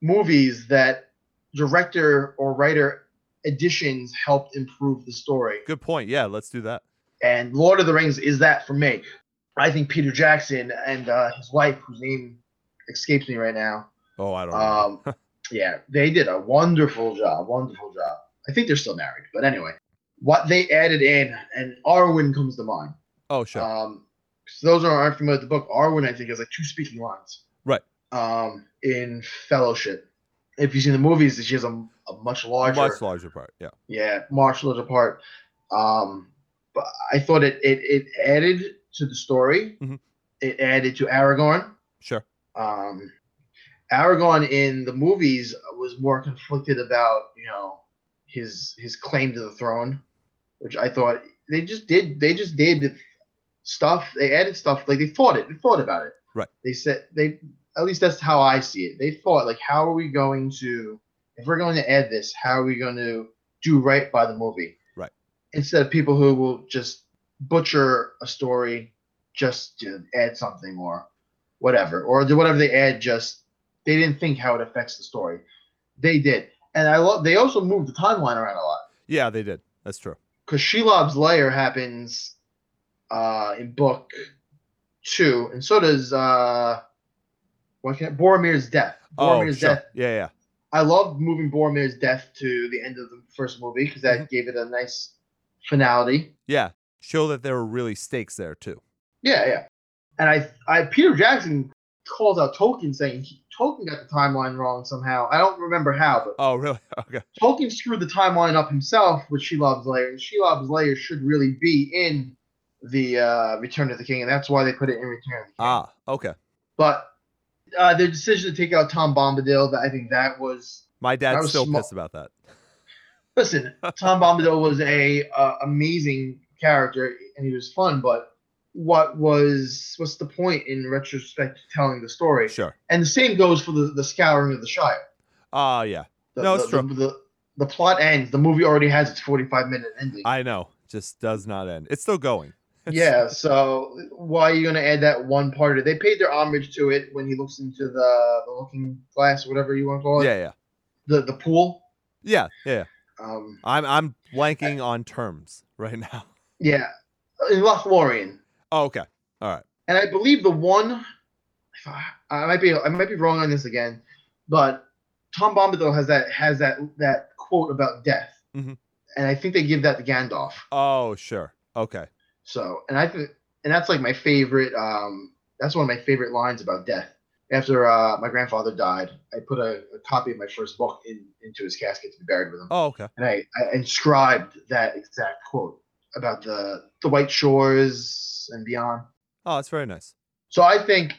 Speaker 2: movies that director or writer additions helped improve the story.
Speaker 1: Good point. Yeah, let's do that.
Speaker 2: And Lord of the Rings is that for me. I think Peter Jackson and uh, his wife, whose name escapes me right now,
Speaker 1: Oh, I don't know.
Speaker 2: um, yeah, they did a wonderful job. Wonderful job. I think they're still married, but anyway, what they added in, and Arwen comes to mind.
Speaker 1: oh, sure.
Speaker 2: Um, so those who aren't familiar with the book, Arwen, I think, has like two speaking lines.
Speaker 1: Right.
Speaker 2: Um, in Fellowship, if you've seen the movies, she has a, a much larger,
Speaker 1: Much larger part. Yeah.
Speaker 2: yeah, much larger part. Um, but I thought it it, it added to the story.
Speaker 1: Mhm.
Speaker 2: It added to Aragorn
Speaker 1: Sure.
Speaker 2: um, Aragon in the movies was more conflicted about you know his his claim to the throne, which I thought they just did they just did stuff they added stuff like they thought it they thought about it
Speaker 1: Right.
Speaker 2: they said they at least that's how I see it they thought like how are we going to if we're going to add this how are we going to do right by the movie
Speaker 1: Right.
Speaker 2: instead of people who will just butcher a story just to add something or whatever or do whatever they add just they didn't think how it affects the story they did and i love they also moved the timeline around a lot
Speaker 1: Yeah, they did. That's true.
Speaker 2: because shelob's lair happens uh in book two and so does uh what can boromir's death
Speaker 1: Oh,
Speaker 2: boromir's
Speaker 1: sure.
Speaker 2: death
Speaker 1: Yeah, yeah.
Speaker 2: i love moving boromir's death to the end of the first movie because that
Speaker 1: Mm-hmm.
Speaker 2: gave it a nice finality
Speaker 1: Yeah. Show that there were really stakes there too.
Speaker 2: Yeah, yeah. And I, I Peter Jackson calls out Tolkien saying he, Tolkien got the timeline wrong somehow. I don't remember how, but
Speaker 1: Oh, really? Okay.
Speaker 2: Tolkien screwed the timeline up himself with Shelob's Lair, and Shelob's Lair should really be in the uh, Return of the King, and that's why they put it in Return of the King.
Speaker 1: Ah, okay.
Speaker 2: But uh, their decision to take out Tom Bombadil, that I think that was
Speaker 1: My
Speaker 2: I
Speaker 1: dad's
Speaker 2: was
Speaker 1: still
Speaker 2: sma-
Speaker 1: pissed about that.
Speaker 2: listen. Tom Bombadil was a uh, amazing character, and he was fun, but. What was what's the point in retrospect telling the story?
Speaker 1: Sure.
Speaker 2: And the same goes for the, the scouring of the Shire.
Speaker 1: Ah, yeah.
Speaker 2: The,
Speaker 1: No,
Speaker 2: the,
Speaker 1: it's true.
Speaker 2: The, the, the plot ends. The movie already has its 45 minute ending.
Speaker 1: I know. Just does not end. It's still going.
Speaker 2: yeah, so why are you going to add that one part of it? They paid their homage to it when he looks into the, the looking glass, whatever you want to call it,
Speaker 1: Yeah, yeah.
Speaker 2: the, the pool.
Speaker 1: Yeah, yeah. yeah.
Speaker 2: Um,
Speaker 1: I'm I'm blanking on terms right now.
Speaker 2: yeah, in Lothlorien.
Speaker 1: Oh, okay. All right.
Speaker 2: And I believe the one, I might be I might be wrong on this again, but Tom Bombadil has that has that that quote about death,
Speaker 1: Mhm.
Speaker 2: and I think they give that to Gandalf.
Speaker 1: Oh, sure. Okay.
Speaker 2: So, and I think, and that's like my favorite. Um, that's one of my favorite lines about death after uh, my grandfather died, I put a, a copy of my first book in, into his casket to be buried with him,
Speaker 1: Oh, okay.
Speaker 2: and I, I inscribed that exact quote about the the white shores and beyond.
Speaker 1: Oh, that's very nice.
Speaker 2: So I think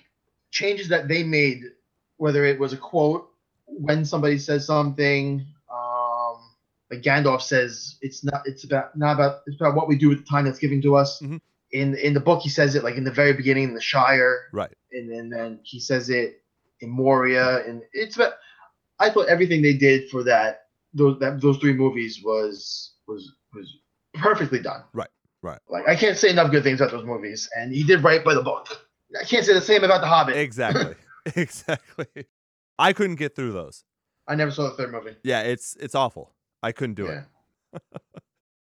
Speaker 2: changes that they made, whether it was a quote when somebody says something, um, like Gandalf says, it's not it's about not about it's about what we do with the time that's given to us.
Speaker 1: Mhm.
Speaker 2: In in the book, he says it like in the very beginning in the Shire,
Speaker 1: Right.
Speaker 2: and, and then he says it in Moria, and it's about. I thought everything they did for that those that, those three movies was was was perfectly done.
Speaker 1: Right, right.
Speaker 2: Like I can't say enough good things about those movies, and he did right by the book. I can't say the same about The Hobbit.
Speaker 1: Exactly. exactly. I couldn't get through those.
Speaker 2: I never saw the third movie.
Speaker 1: Yeah, it's it's awful. I couldn't do it.
Speaker 2: Yeah.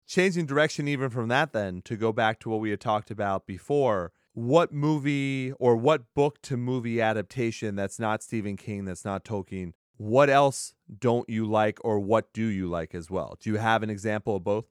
Speaker 1: Changing direction even from that then to go back to what we had talked about before, what movie or what book to movie adaptation that's not Stephen King, that's not Tolkien, what else don't you like or what do you like as well? Do you have an example of both?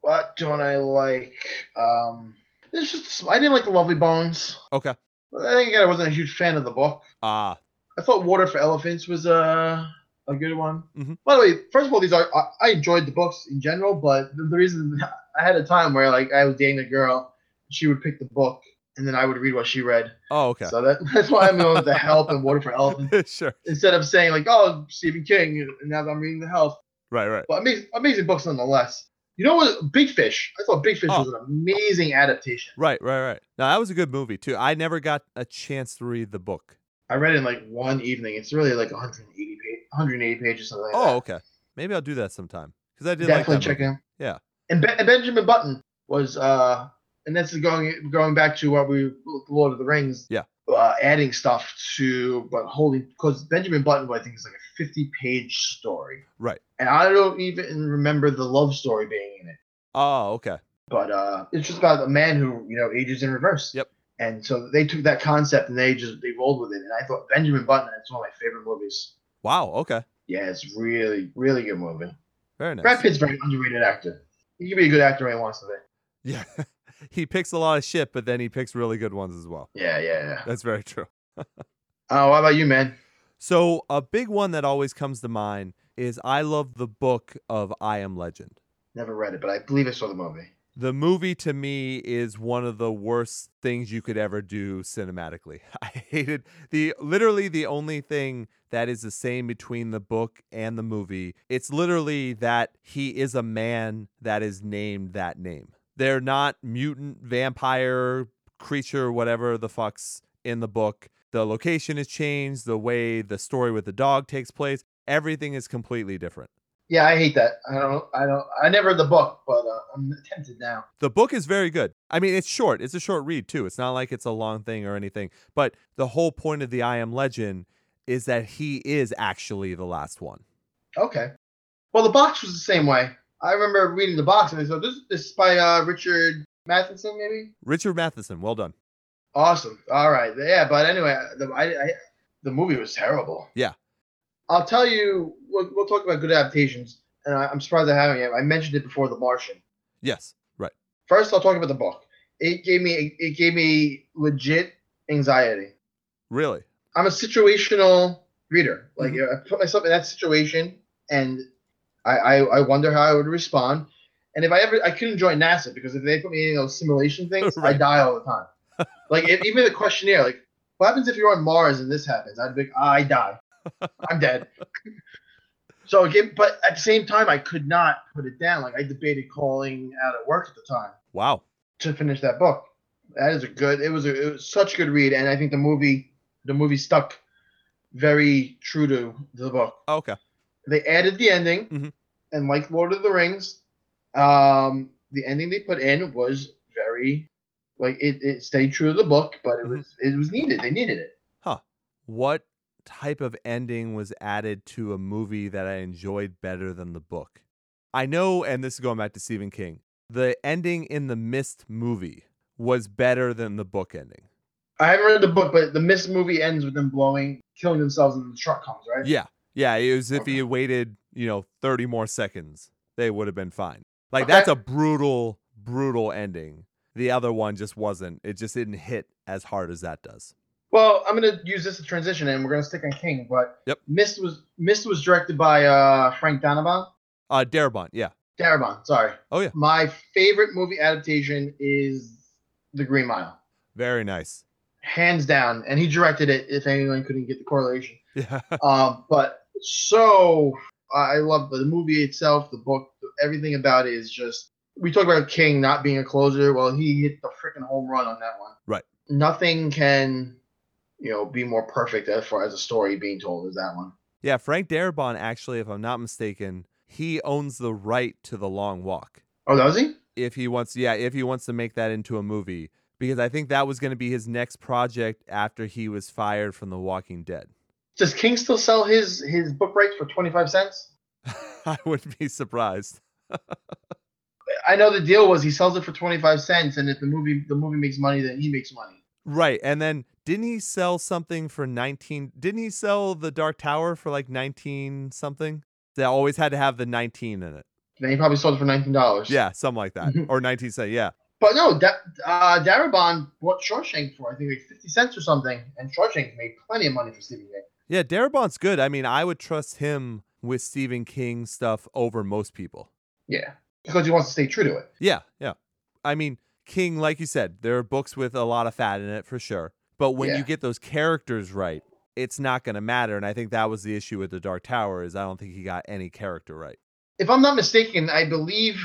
Speaker 2: What don't I like? Um, it's just I didn't like The Lovely Bones.
Speaker 1: Okay.
Speaker 2: I think I wasn't a huge fan of the book.
Speaker 1: Ah,
Speaker 2: I thought Water for Elephants was a a good one.
Speaker 1: Mhm.
Speaker 2: By the way, first of all, these are I, I enjoyed the books in general, but the, the reason I had a time where like I was dating a girl, she would pick the book, and then I would read what she read.
Speaker 1: oh, okay.
Speaker 2: So that, that's why I'm going with the Help and Water for Elephants
Speaker 1: sure.
Speaker 2: instead of saying like oh Stephen King, and now I'm reading the Help.
Speaker 1: Right, right.
Speaker 2: But amazing, amazing books nonetheless. You know what? Big Fish. I thought Big Fish
Speaker 1: Oh.
Speaker 2: was an amazing adaptation.
Speaker 1: Right, right, right. Now that was a good movie too. I never got a chance to read the book.
Speaker 2: I read it in like one evening. It's really like 180 page, 180 pages, something like that.
Speaker 1: Oh, okay. Maybe I'll do that sometime because I did
Speaker 2: definitely
Speaker 1: like that
Speaker 2: check
Speaker 1: movie.
Speaker 2: him.
Speaker 1: Yeah.
Speaker 2: And, Be- and Benjamin Button was, uh, and this is going going back to what we Lord of the Rings.
Speaker 1: Yeah.
Speaker 2: Uh, adding stuff to, but holy, because Benjamin Button, I think, is like a 50 page story.
Speaker 1: Right.
Speaker 2: And I don't even remember the love story being in it.
Speaker 1: Oh, okay.
Speaker 2: But uh, it's just about a man who you know ages in reverse.
Speaker 1: Yep.
Speaker 2: And so they took that concept and they just they rolled with it. And I thought Benjamin Button, it's one of my favorite movies.
Speaker 1: Wow. Okay.
Speaker 2: Yeah, it's really, really good movie.
Speaker 1: Very nice.
Speaker 2: Brad Pitt's a very underrated actor. He can be a good actor when he wants to be.
Speaker 1: Yeah. he picks a lot of shit, but then he picks really good ones as well.
Speaker 2: Yeah, yeah, yeah.
Speaker 1: That's very true.
Speaker 2: Oh, what about you, man?
Speaker 1: So a big one that always comes to mind is I love the book of I Am Legend.
Speaker 2: Never read it, but I believe I saw the movie.
Speaker 1: The movie to me is one of the worst things you could ever do cinematically. I hated the literally the only thing that is the same between the book and the movie. It's literally that he is a man that is named that name. They're not mutant, vampire, creature, whatever the fuck's in the book. The location is changed, the way the story with the dog takes place, everything is completely different.
Speaker 2: Yeah, I hate that. I don't. I don't. I never read the book, but uh, I'm tempted now.
Speaker 1: The book is very good. I mean, it's short. It's a short read too. It's not like it's a long thing or anything. But the whole point of the I Am Legend is that he is actually the last one.
Speaker 2: Okay. Well, the box was the same way. I remember reading the box and I said, "This, this is by uh, Richard Matheson, maybe."
Speaker 1: Richard Matheson, well done.
Speaker 2: Awesome. All right. Yeah, but anyway, uh, the, I, I, the movie was terrible.
Speaker 1: Yeah.
Speaker 2: I'll tell you. We'll, we'll talk about good adaptations, and I, I'm surprised I haven't yet. I mentioned it before, The Martian.
Speaker 1: Yes, right.
Speaker 2: First, I'll talk about the book. It gave me it gave me legit anxiety.
Speaker 1: Really?
Speaker 2: I'm a situational reader. Like I put myself in that situation, and I, I I wonder how I would respond. And if I ever I couldn't join NASA because if they put me in those simulation things, I
Speaker 1: Right.
Speaker 2: die all the time. like if, even the questionnaire, like what happens if you're on Mars and this happens? I'd be like, I die. I'm dead. so again, but at the same time, I could not put it down. Like I debated calling out at work at the time
Speaker 1: Wow.
Speaker 2: to finish that book. That is a good. It was a, it was such a good read, and I think the movie the movie stuck very true to the book.
Speaker 1: Okay.
Speaker 2: They added the ending,
Speaker 1: Mhm.
Speaker 2: and like Lord of the Rings, um, the ending they put in was very like it, it stayed true to the book, but it
Speaker 1: Mhm.
Speaker 2: was it was needed. They needed it.
Speaker 1: What type of ending was added to a movie that I enjoyed better than the book? I know, and this is going back to Stephen King, the ending in the Mist movie was better than the book ending.
Speaker 2: I haven't read the book, but the Mist movie ends with them blowing, killing themselves, and the truck comes right.
Speaker 1: Yeah. Yeah. It was if
Speaker 2: Okay.
Speaker 1: he had waited, you know, 30 more seconds, they would have been fine. Like
Speaker 2: Okay.
Speaker 1: that's a brutal, brutal ending. The other one just wasn't. It just didn't hit as hard as that does.
Speaker 2: Well, I'm gonna use this to transition, and we're gonna stick on King. But
Speaker 1: Yep.
Speaker 2: Mist was Mist was directed by uh, Frank Darabont.
Speaker 1: Uh, Darabont, yeah.
Speaker 2: Darabont, sorry.
Speaker 1: Oh, yeah.
Speaker 2: My favorite movie adaptation is The Green Mile,
Speaker 1: Very nice.
Speaker 2: hands down. And he directed it. If anyone couldn't get the correlation,
Speaker 1: Yeah.
Speaker 2: um, but so I love the movie itself, the book, everything about it is just. We talk about King not being a closer. Well, he hit the freaking home run on that one.
Speaker 1: Right.
Speaker 2: Nothing can, you know, be more perfect as far as a story being told as that one.
Speaker 1: yeah, Frank Darabont, actually, if I'm not mistaken, he owns the right to the long walk.
Speaker 2: Oh, does he?
Speaker 1: If he wants, yeah, if he wants to make that into a movie, because I think that was going to be his next project after he was fired from The Walking Dead.
Speaker 2: Does King still sell his his book rights for twenty five cents?
Speaker 1: I wouldn't be surprised.
Speaker 2: I know the deal was he sells it for twenty five cents, and if the movie the movie makes money, then he makes money.
Speaker 1: Right. And then didn't he sell something for 19? Didn't he sell The Dark Tower for like 19 something? They always had to have the 19 in it.
Speaker 2: Then he probably sold it for nineteen dollars.
Speaker 1: Yeah, something like that.
Speaker 2: Mhm.
Speaker 1: or 19 cent. Yeah.
Speaker 2: But no, da- uh, Darabont bought Shawshank for I think like fifty cents or something, and Shawshank made plenty of money for Stephen King.
Speaker 1: Yeah, Darabont's good. I mean, I would trust him with Stephen King stuff over most people.
Speaker 2: Yeah, because he wants to stay true to it.
Speaker 1: Yeah, yeah. I mean, King, like you said, there are books with a lot of fat in it for sure. But when
Speaker 2: Yeah.
Speaker 1: you get those characters right, it's not going to matter. And I think that was the issue with The Dark Tower is I don't think he got any character right.
Speaker 2: If I'm not mistaken, I believe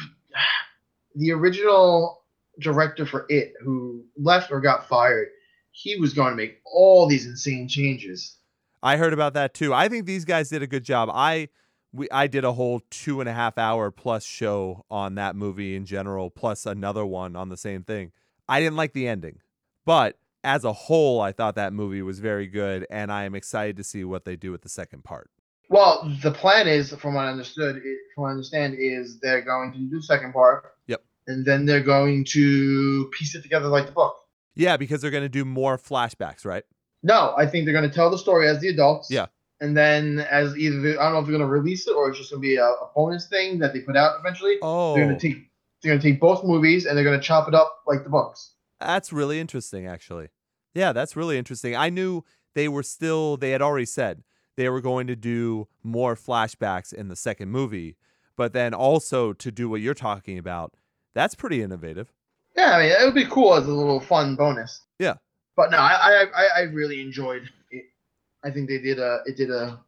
Speaker 2: the original director for it, who left or got fired, he was going to make all these insane changes.
Speaker 1: I heard about that too. I think these guys did a good job. I we I did a whole two and a half hour plus show on that movie in general, plus another one on the same thing. I didn't like the ending, but as a whole, I thought that movie was very good, and I am excited to see what they do with the second part.
Speaker 2: Well, the plan is, from what I understood, from what I understand, is they're going to do second part.
Speaker 1: Yep.
Speaker 2: And then they're going to piece it together like the book.
Speaker 1: Yeah, because they're going to do more flashbacks, right?
Speaker 2: No, I think they're going to tell the story as the adults.
Speaker 1: Yeah.
Speaker 2: And then as either the- I don't know if they're going to release it or it's just going to be a, a bonus thing that they put out eventually.
Speaker 1: Oh,
Speaker 2: They're going to take they're going to take both movies and they're going to chop it up like the books.
Speaker 1: that's really interesting, actually. Yeah, that's really interesting. I knew they were still, they had already said they were going to do more flashbacks in the second movie, but then also to do what you're talking about. That's pretty innovative.
Speaker 2: Yeah, I mean it would be cool as a little fun bonus.
Speaker 1: Yeah.
Speaker 2: But no, I I, I, I really enjoyed it. I think they did a it did a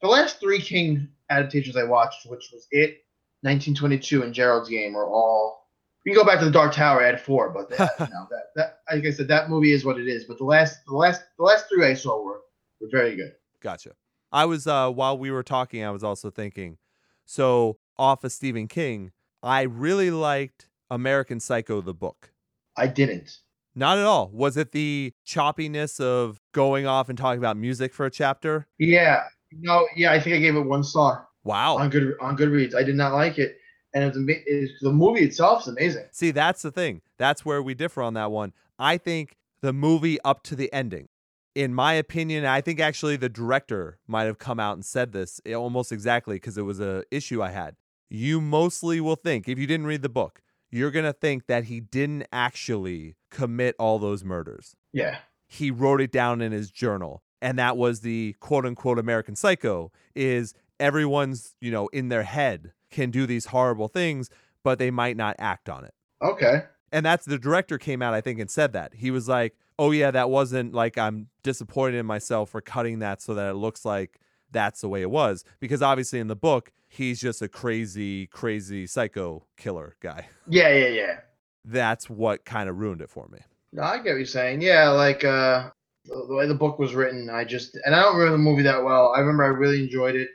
Speaker 2: the last three King adaptations I watched, which was it, 1922, and Gerald's Game, are all. You can go back to the Dark Tower at four, but that, you know, that that like I said, that movie is what it is. But the last the last the last three I saw were were very good.
Speaker 1: Gotcha. I was, uh, while we were talking, I was also thinking, so off of Stephen King, I really liked American Psycho, the book.
Speaker 2: I didn't.
Speaker 1: Not at all. Was it the choppiness of going off and talking about music for a chapter?
Speaker 2: Yeah, no, yeah, I think I gave it one star
Speaker 1: Wow.
Speaker 2: on good on Goodreads. I did not like it, and it's, ama- it's the movie itself is amazing.
Speaker 1: See, that's the thing. That's where we differ on that one. I think the movie up to the ending, in my opinion, I think actually the director might have come out and said this eh, almost exactly because it was a issue I had. You mostly will think, if you didn't read the book, you're going to think that he didn't actually commit all those murders.
Speaker 2: Yeah.
Speaker 1: He wrote it down in his journal. And that was the quote unquote American psycho is everyone's, you know, in their head can do these horrible things, but they might not act on it.
Speaker 2: Okay.
Speaker 1: And that's the director came out, I think, and said that. He was like, oh, yeah, that wasn't like I'm disappointed in myself for cutting that so that it looks like that's the way it was. Because obviously in the book, he's just a crazy, crazy psycho killer guy.
Speaker 2: Yeah, yeah, yeah.
Speaker 1: That's what kind of ruined it for me.
Speaker 2: No, I get what you're saying. Yeah, like uh, the, the way the book was written, I just and I don't remember the movie that well. I remember I really enjoyed it.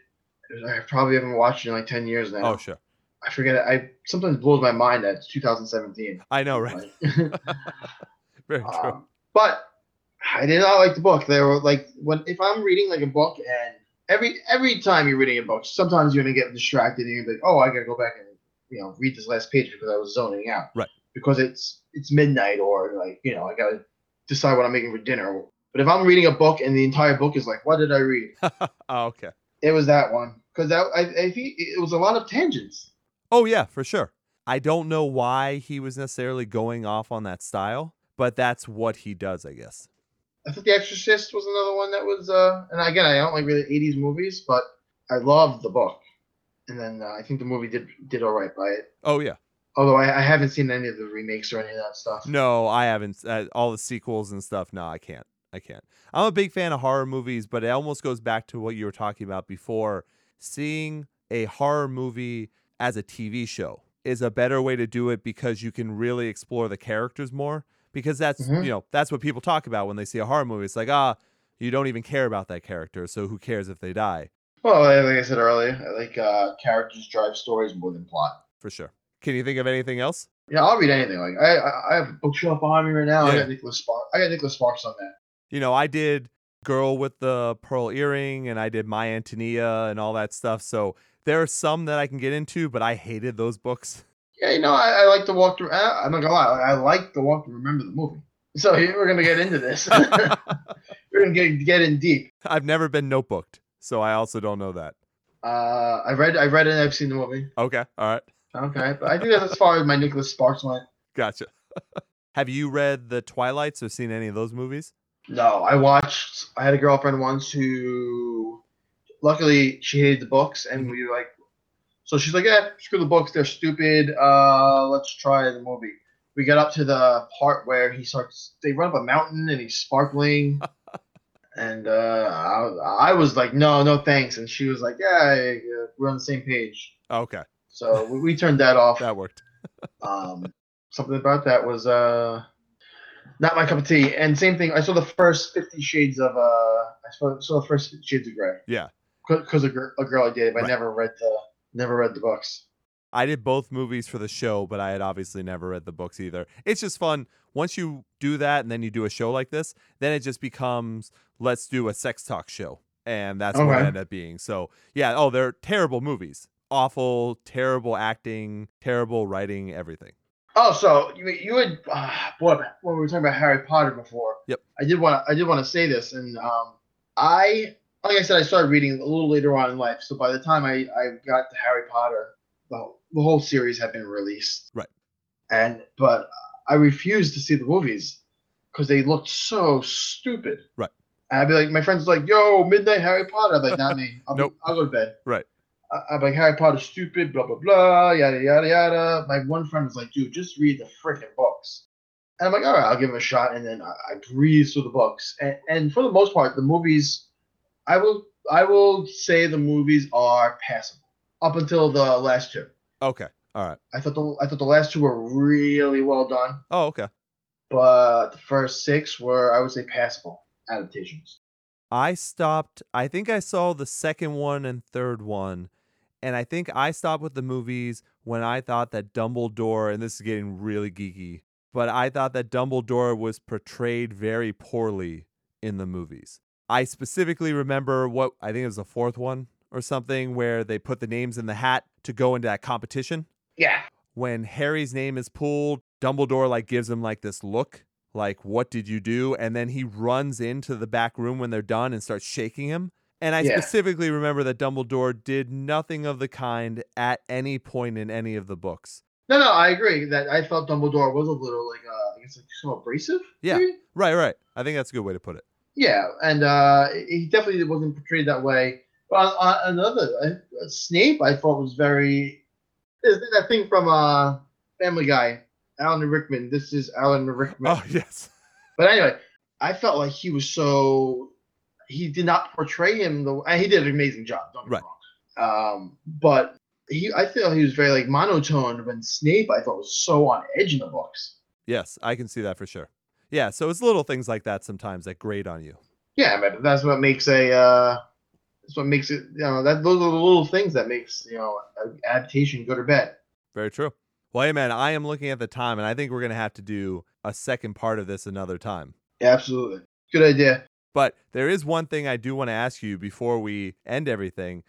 Speaker 2: I probably haven't watched it in like ten years now.
Speaker 1: Oh, sure.
Speaker 2: I forget. It. I sometimes blows my mind that it's 2017.
Speaker 1: I know, right?
Speaker 2: Like,
Speaker 1: Very true.
Speaker 2: um, but I did not like the book. There were like when if I'm reading like a book and every every time you're reading a book, sometimes you're gonna get distracted and you're gonna be like, oh, I gotta go back and you know read this last page because I was zoning out.
Speaker 1: Right.
Speaker 2: Because it's it's midnight or like you know I gotta decide what I'm making for dinner. But if I'm reading a book and the entire book is like, what did I read?
Speaker 1: Oh, okay.
Speaker 2: It was that one because that I, I think it was a lot of tangents.
Speaker 1: Oh, yeah, for sure. I don't know why he was necessarily going off on that style, but that's what he does, I guess.
Speaker 2: I think The Exorcist was another one that was. Uh, and again, I don't like really '80s movies, but I loved the book. And then uh, I think the movie did did all right by it.
Speaker 1: Oh yeah.
Speaker 2: Although I, I haven't seen any of the remakes or any of that stuff.
Speaker 1: No, I haven't. Uh, all the sequels and stuff. No, I can't. I can't. I'm a big fan of horror movies, but it almost goes back to what you were talking about before. Seeing a horror movie as a TV show is a better way to do it because you can really explore the characters more. Because that's
Speaker 2: Mhm.
Speaker 1: you know that's what people talk about when they see a horror movie. It's like ah, you don't even care about that character, so who cares if they die?
Speaker 2: Well, like- like I said earlier, I like uh, characters drive stories more than plot.
Speaker 1: For sure. Can you think of anything else?
Speaker 2: Yeah, I'll read anything. Like I, I, I have a bookshelf behind me right now. I
Speaker 1: Yeah.
Speaker 2: got Nicholas Sparks. I got Nicholas Sparks on that.
Speaker 1: you know, I did Girl with the Pearl Earring and I did My Antonia and all that stuff. So there are some that I can get into, but I hated those books.
Speaker 2: Yeah, you know, I, I like to walk through. I, I'm not gonna lie. I like to walk to remember the movie. So here we're gonna get into this. we're gonna get get in deep.
Speaker 1: I've never been notebooked, so I also don't know that.
Speaker 2: Uh, I read, I read it. and I've seen the movie.
Speaker 1: Okay. All right.
Speaker 2: Okay, but I think that's as far as my Nicholas Sparks went.
Speaker 1: Gotcha. Have you read The Twilights or seen any of those movies?
Speaker 2: No, I watched. I had a girlfriend once who, luckily, she hated the books, and we like. So she's like, "Yeah, screw the books. They're stupid. Uh, let's try the movie." We got up to the part where he starts. They run up a mountain, and he's sparkling. and uh, I, was- I was like, "No, no, thanks." And she was like, "Yeah, yeah, we're on the same page."
Speaker 1: Okay.
Speaker 2: So we, we turned that off.
Speaker 1: That worked.
Speaker 2: Um, something about that was uh, not my cup of tea. And same thing, I saw the first Fifty Shades of uh, I saw, saw the first Fifty Shades of Grey.
Speaker 1: Yeah.
Speaker 2: because a, gir- a girl I dated, but
Speaker 1: Right.
Speaker 2: I never read the never read the books.
Speaker 1: I did both movies for the show, but I had obviously never read the books either. It's just fun. Once you do that and then you do a show like this, then it just becomes let's do a sex talk show. And that's what it
Speaker 2: Okay.
Speaker 1: ended up being. So, yeah, oh, they're terrible movies. Awful, terrible acting, terrible writing, everything.
Speaker 2: Oh, so you you had uh, brought up- when we were talking about Harry Potter before.
Speaker 1: Yep.
Speaker 2: I did want I did want to say this, and um, I like I said, I started reading a little later on in life. So by the time I I got to Harry Potter, the the whole series had been released.
Speaker 1: Right.
Speaker 2: And but I refused to see the movies because they looked so stupid.
Speaker 1: Right.
Speaker 2: And I'd be like, my friends like, "Yo, midnight Harry Potter." I'm like, "Not me. I'll, be-
Speaker 1: Nope.
Speaker 2: I'll go to bed."
Speaker 1: Right.
Speaker 2: I- I'm like Harry Potter's stupid, blah blah blah, yada yada yada. My one friend was like, dude, just read the freaking books. And I'm like, all right, I'll give it a shot. And then I, I breeze through the books, and, and for the most part, the movies, I will I will say the movies are passable up until the last two.
Speaker 1: Okay. All right.
Speaker 2: I thought the I thought the last two were really well done,
Speaker 1: Oh, okay.
Speaker 2: but the first six were I would say passable adaptations.
Speaker 1: I stopped. I think I saw the second one and third one. And I think I stopped with the movies when I thought that Dumbledore, and this is getting really geeky, but I thought that Dumbledore was portrayed very poorly in the movies. I specifically remember what I think it was the fourth one or something where they put the names in the hat to go into that competition
Speaker 2: Yeah,
Speaker 1: when Harry's name is pulled, Dumbledore like gives him like this look, like what did you do? And then he runs into the back room when they're done and starts shaking him. And I
Speaker 2: Yeah.
Speaker 1: specifically remember that Dumbledore did nothing of the kind at any point in any of the books.
Speaker 2: no, no, I agree that I felt Dumbledore was a little like uh, I guess like so abrasive.
Speaker 1: Yeah.
Speaker 2: maybe?
Speaker 1: Right, right. I think that's a good way to put it.
Speaker 2: Yeah, and uh, he definitely wasn't portrayed that way. But on, on another uh, Snape, I thought was very is that thing from uh, Family Guy, Alan Rickman. This is Alan Rickman.
Speaker 1: Oh, yes.
Speaker 2: But anyway, I felt like he was so he did not portray him the and he did an amazing job. Don't get me
Speaker 1: Right.
Speaker 2: wrong. Um, but he, I feel he was very like monotone. When Snape, I thought was so on edge in the books.
Speaker 1: Yes, I can see that for sure. Yeah, so it's little things like that sometimes that grate on you.
Speaker 2: Yeah, but that's what makes a. Uh, that's what makes it. You know, that those are the little things that makes you know a- adaptation good or bad.
Speaker 1: Very true. Well, hey, man, I am looking at the time, and I think we're going to have to do a second part of this another time.
Speaker 2: Yeah, absolutely, good idea.
Speaker 1: But there is one thing I do want to ask you before we end everything.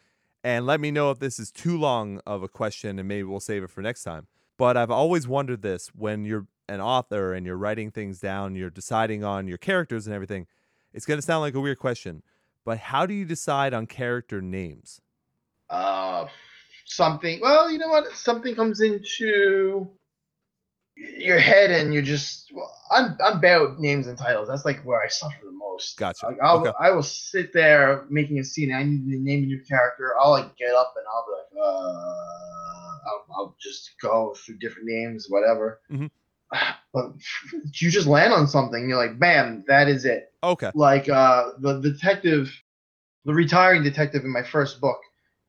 Speaker 1: And let me know if this is too long of a question and maybe we'll save it for next time. But I've always wondered this when you're an author and you're writing things down, you're deciding on your characters and everything. It's going to sound like a weird question, but how do you decide on character names?
Speaker 2: Uh, something. Well, you know what? Something comes into. your head and you're just well, I'm I'm bad with names and titles. That's like where I suffer the most.
Speaker 1: Gotcha.
Speaker 2: Like, I'll,
Speaker 1: Okay.
Speaker 2: I will sit there making a scene. I need to name a new character. I'll like get up and I'll be like, uh, I'll, I'll just go through different names, whatever.
Speaker 1: Mhm.
Speaker 2: But you just land on something. You're like, bam, that is it
Speaker 1: Okay.
Speaker 2: like uh, the detective, the retiring detective in my first book.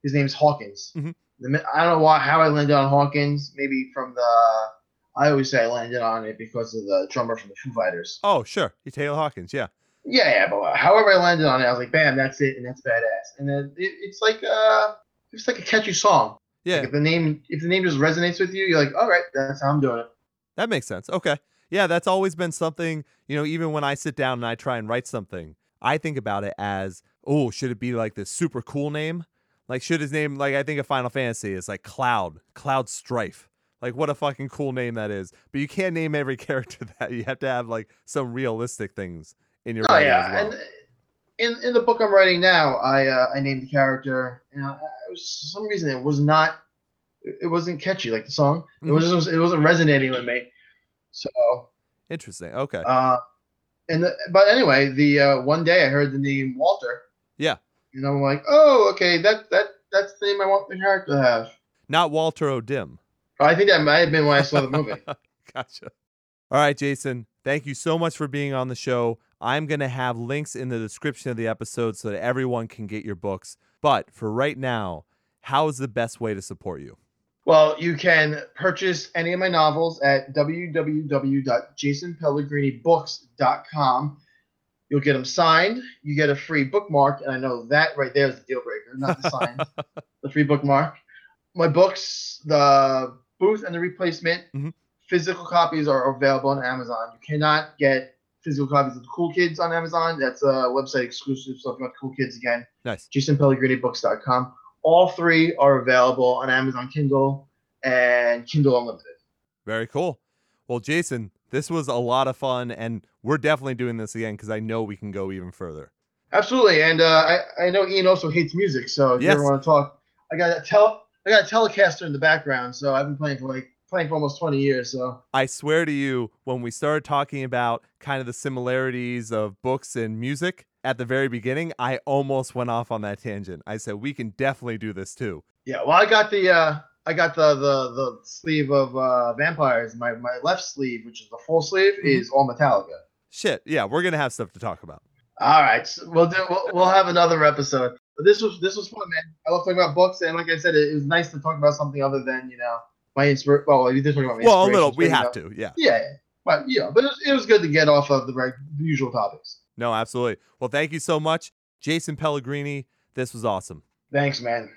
Speaker 2: His name's Hawkins.
Speaker 1: Mhm.
Speaker 2: The mi- I don't know why how I landed on Hawkins. Maybe from the I always say I landed on it because of the drummer from the Foo Fighters.
Speaker 1: Oh, sure. You Taylor Hawkins. Yeah.
Speaker 2: Yeah, yeah, but however I landed on it, I was like, bam, that's it, and that's badass. And then it, it's like uh, it's like a catchy song.
Speaker 1: Yeah.
Speaker 2: Like if the name if the name just resonates with you, you're like, all right, that's how I'm doing it.
Speaker 1: That makes sense. Okay. Yeah, that's always been something, you know, even when I sit down and I try and write something, I think about it as, oh, should it be like this super cool name? Like, should his name, like, I think of Final Fantasy is like Cloud, Cloud Strife. Like, what a fucking cool name that is. But you can't name every character that. You have to have like some realistic things in your
Speaker 2: Oh
Speaker 1: writing
Speaker 2: yeah,
Speaker 1: as well.
Speaker 2: and in in the book I'm writing now, I uh, I named the character, and I, I was, for some reason it was not, it wasn't catchy like the song.
Speaker 1: Mm-hmm.
Speaker 2: It was just, it wasn't resonating with me. So,
Speaker 1: Interesting. Okay.
Speaker 2: uh, and the, but anyway, the uh, one day I heard the name Walter.
Speaker 1: Yeah.
Speaker 2: And I'm like, oh, okay, that that that's the name I want the character to have. Oh,
Speaker 1: Not Walter O'Dim.
Speaker 2: I think that might have been when I saw the movie.
Speaker 1: Gotcha. All right, Jason. Thank you so much for being on the show. I'm going to have links in the description of the episode so that everyone can get your books. But for right now, how is the best way to support you?
Speaker 2: Well, you can purchase any of my novels at www.jasonpellegrinibooks.com. You'll get them signed. You get a free bookmark, and I know that right there is the deal breaker, not the sign, the free bookmark. My books, the booth and the replacement,
Speaker 1: Mhm.
Speaker 2: physical copies are available on Amazon. You cannot get physical copies of the Cool Kids on Amazon. That's a website exclusive. So if you want Cool Kids again,
Speaker 1: Nice.
Speaker 2: jasonpellegrinibooks.com. All three are available on Amazon Kindle and Kindle Unlimited.
Speaker 1: Very cool. Well, Jason, this was a lot of fun, and we're definitely doing this again because I know we can go even further.
Speaker 2: Absolutely, and uh, I, I know Ian also hates music, so if
Speaker 1: Yes.
Speaker 2: you ever want to talk, I got a tel- I got a Telecaster in the background, so I've been playing for like playing for almost twenty years. So
Speaker 1: I swear to you, when we started talking about kind of the similarities of books and music at the very beginning, I almost went off on that tangent. I said, we can definitely do this too.
Speaker 2: yeah, well, I got the uh, I got the the, the sleeve of uh, vampires. My my left sleeve, which is the full sleeve,
Speaker 1: Mhm.
Speaker 2: is all Metallica.
Speaker 1: Shit. Yeah, we're going to have stuff to talk about.
Speaker 2: All right, so we'll do. We'll, we'll have another episode. But this was this was fun, man. I love talking about books, and like I said, it, it was nice to talk about something other than you know my inspir. Well, we did talk about my
Speaker 1: Well, a little.
Speaker 2: inspirations,
Speaker 1: We
Speaker 2: but, you
Speaker 1: have
Speaker 2: know,
Speaker 1: to. Yeah.
Speaker 2: Yeah, yeah. but yeah, but it was, it was good to get off of the right the usual topics.
Speaker 1: No, absolutely. Well, thank you so much, Jason Pellegrini. This was awesome.
Speaker 2: Thanks, man.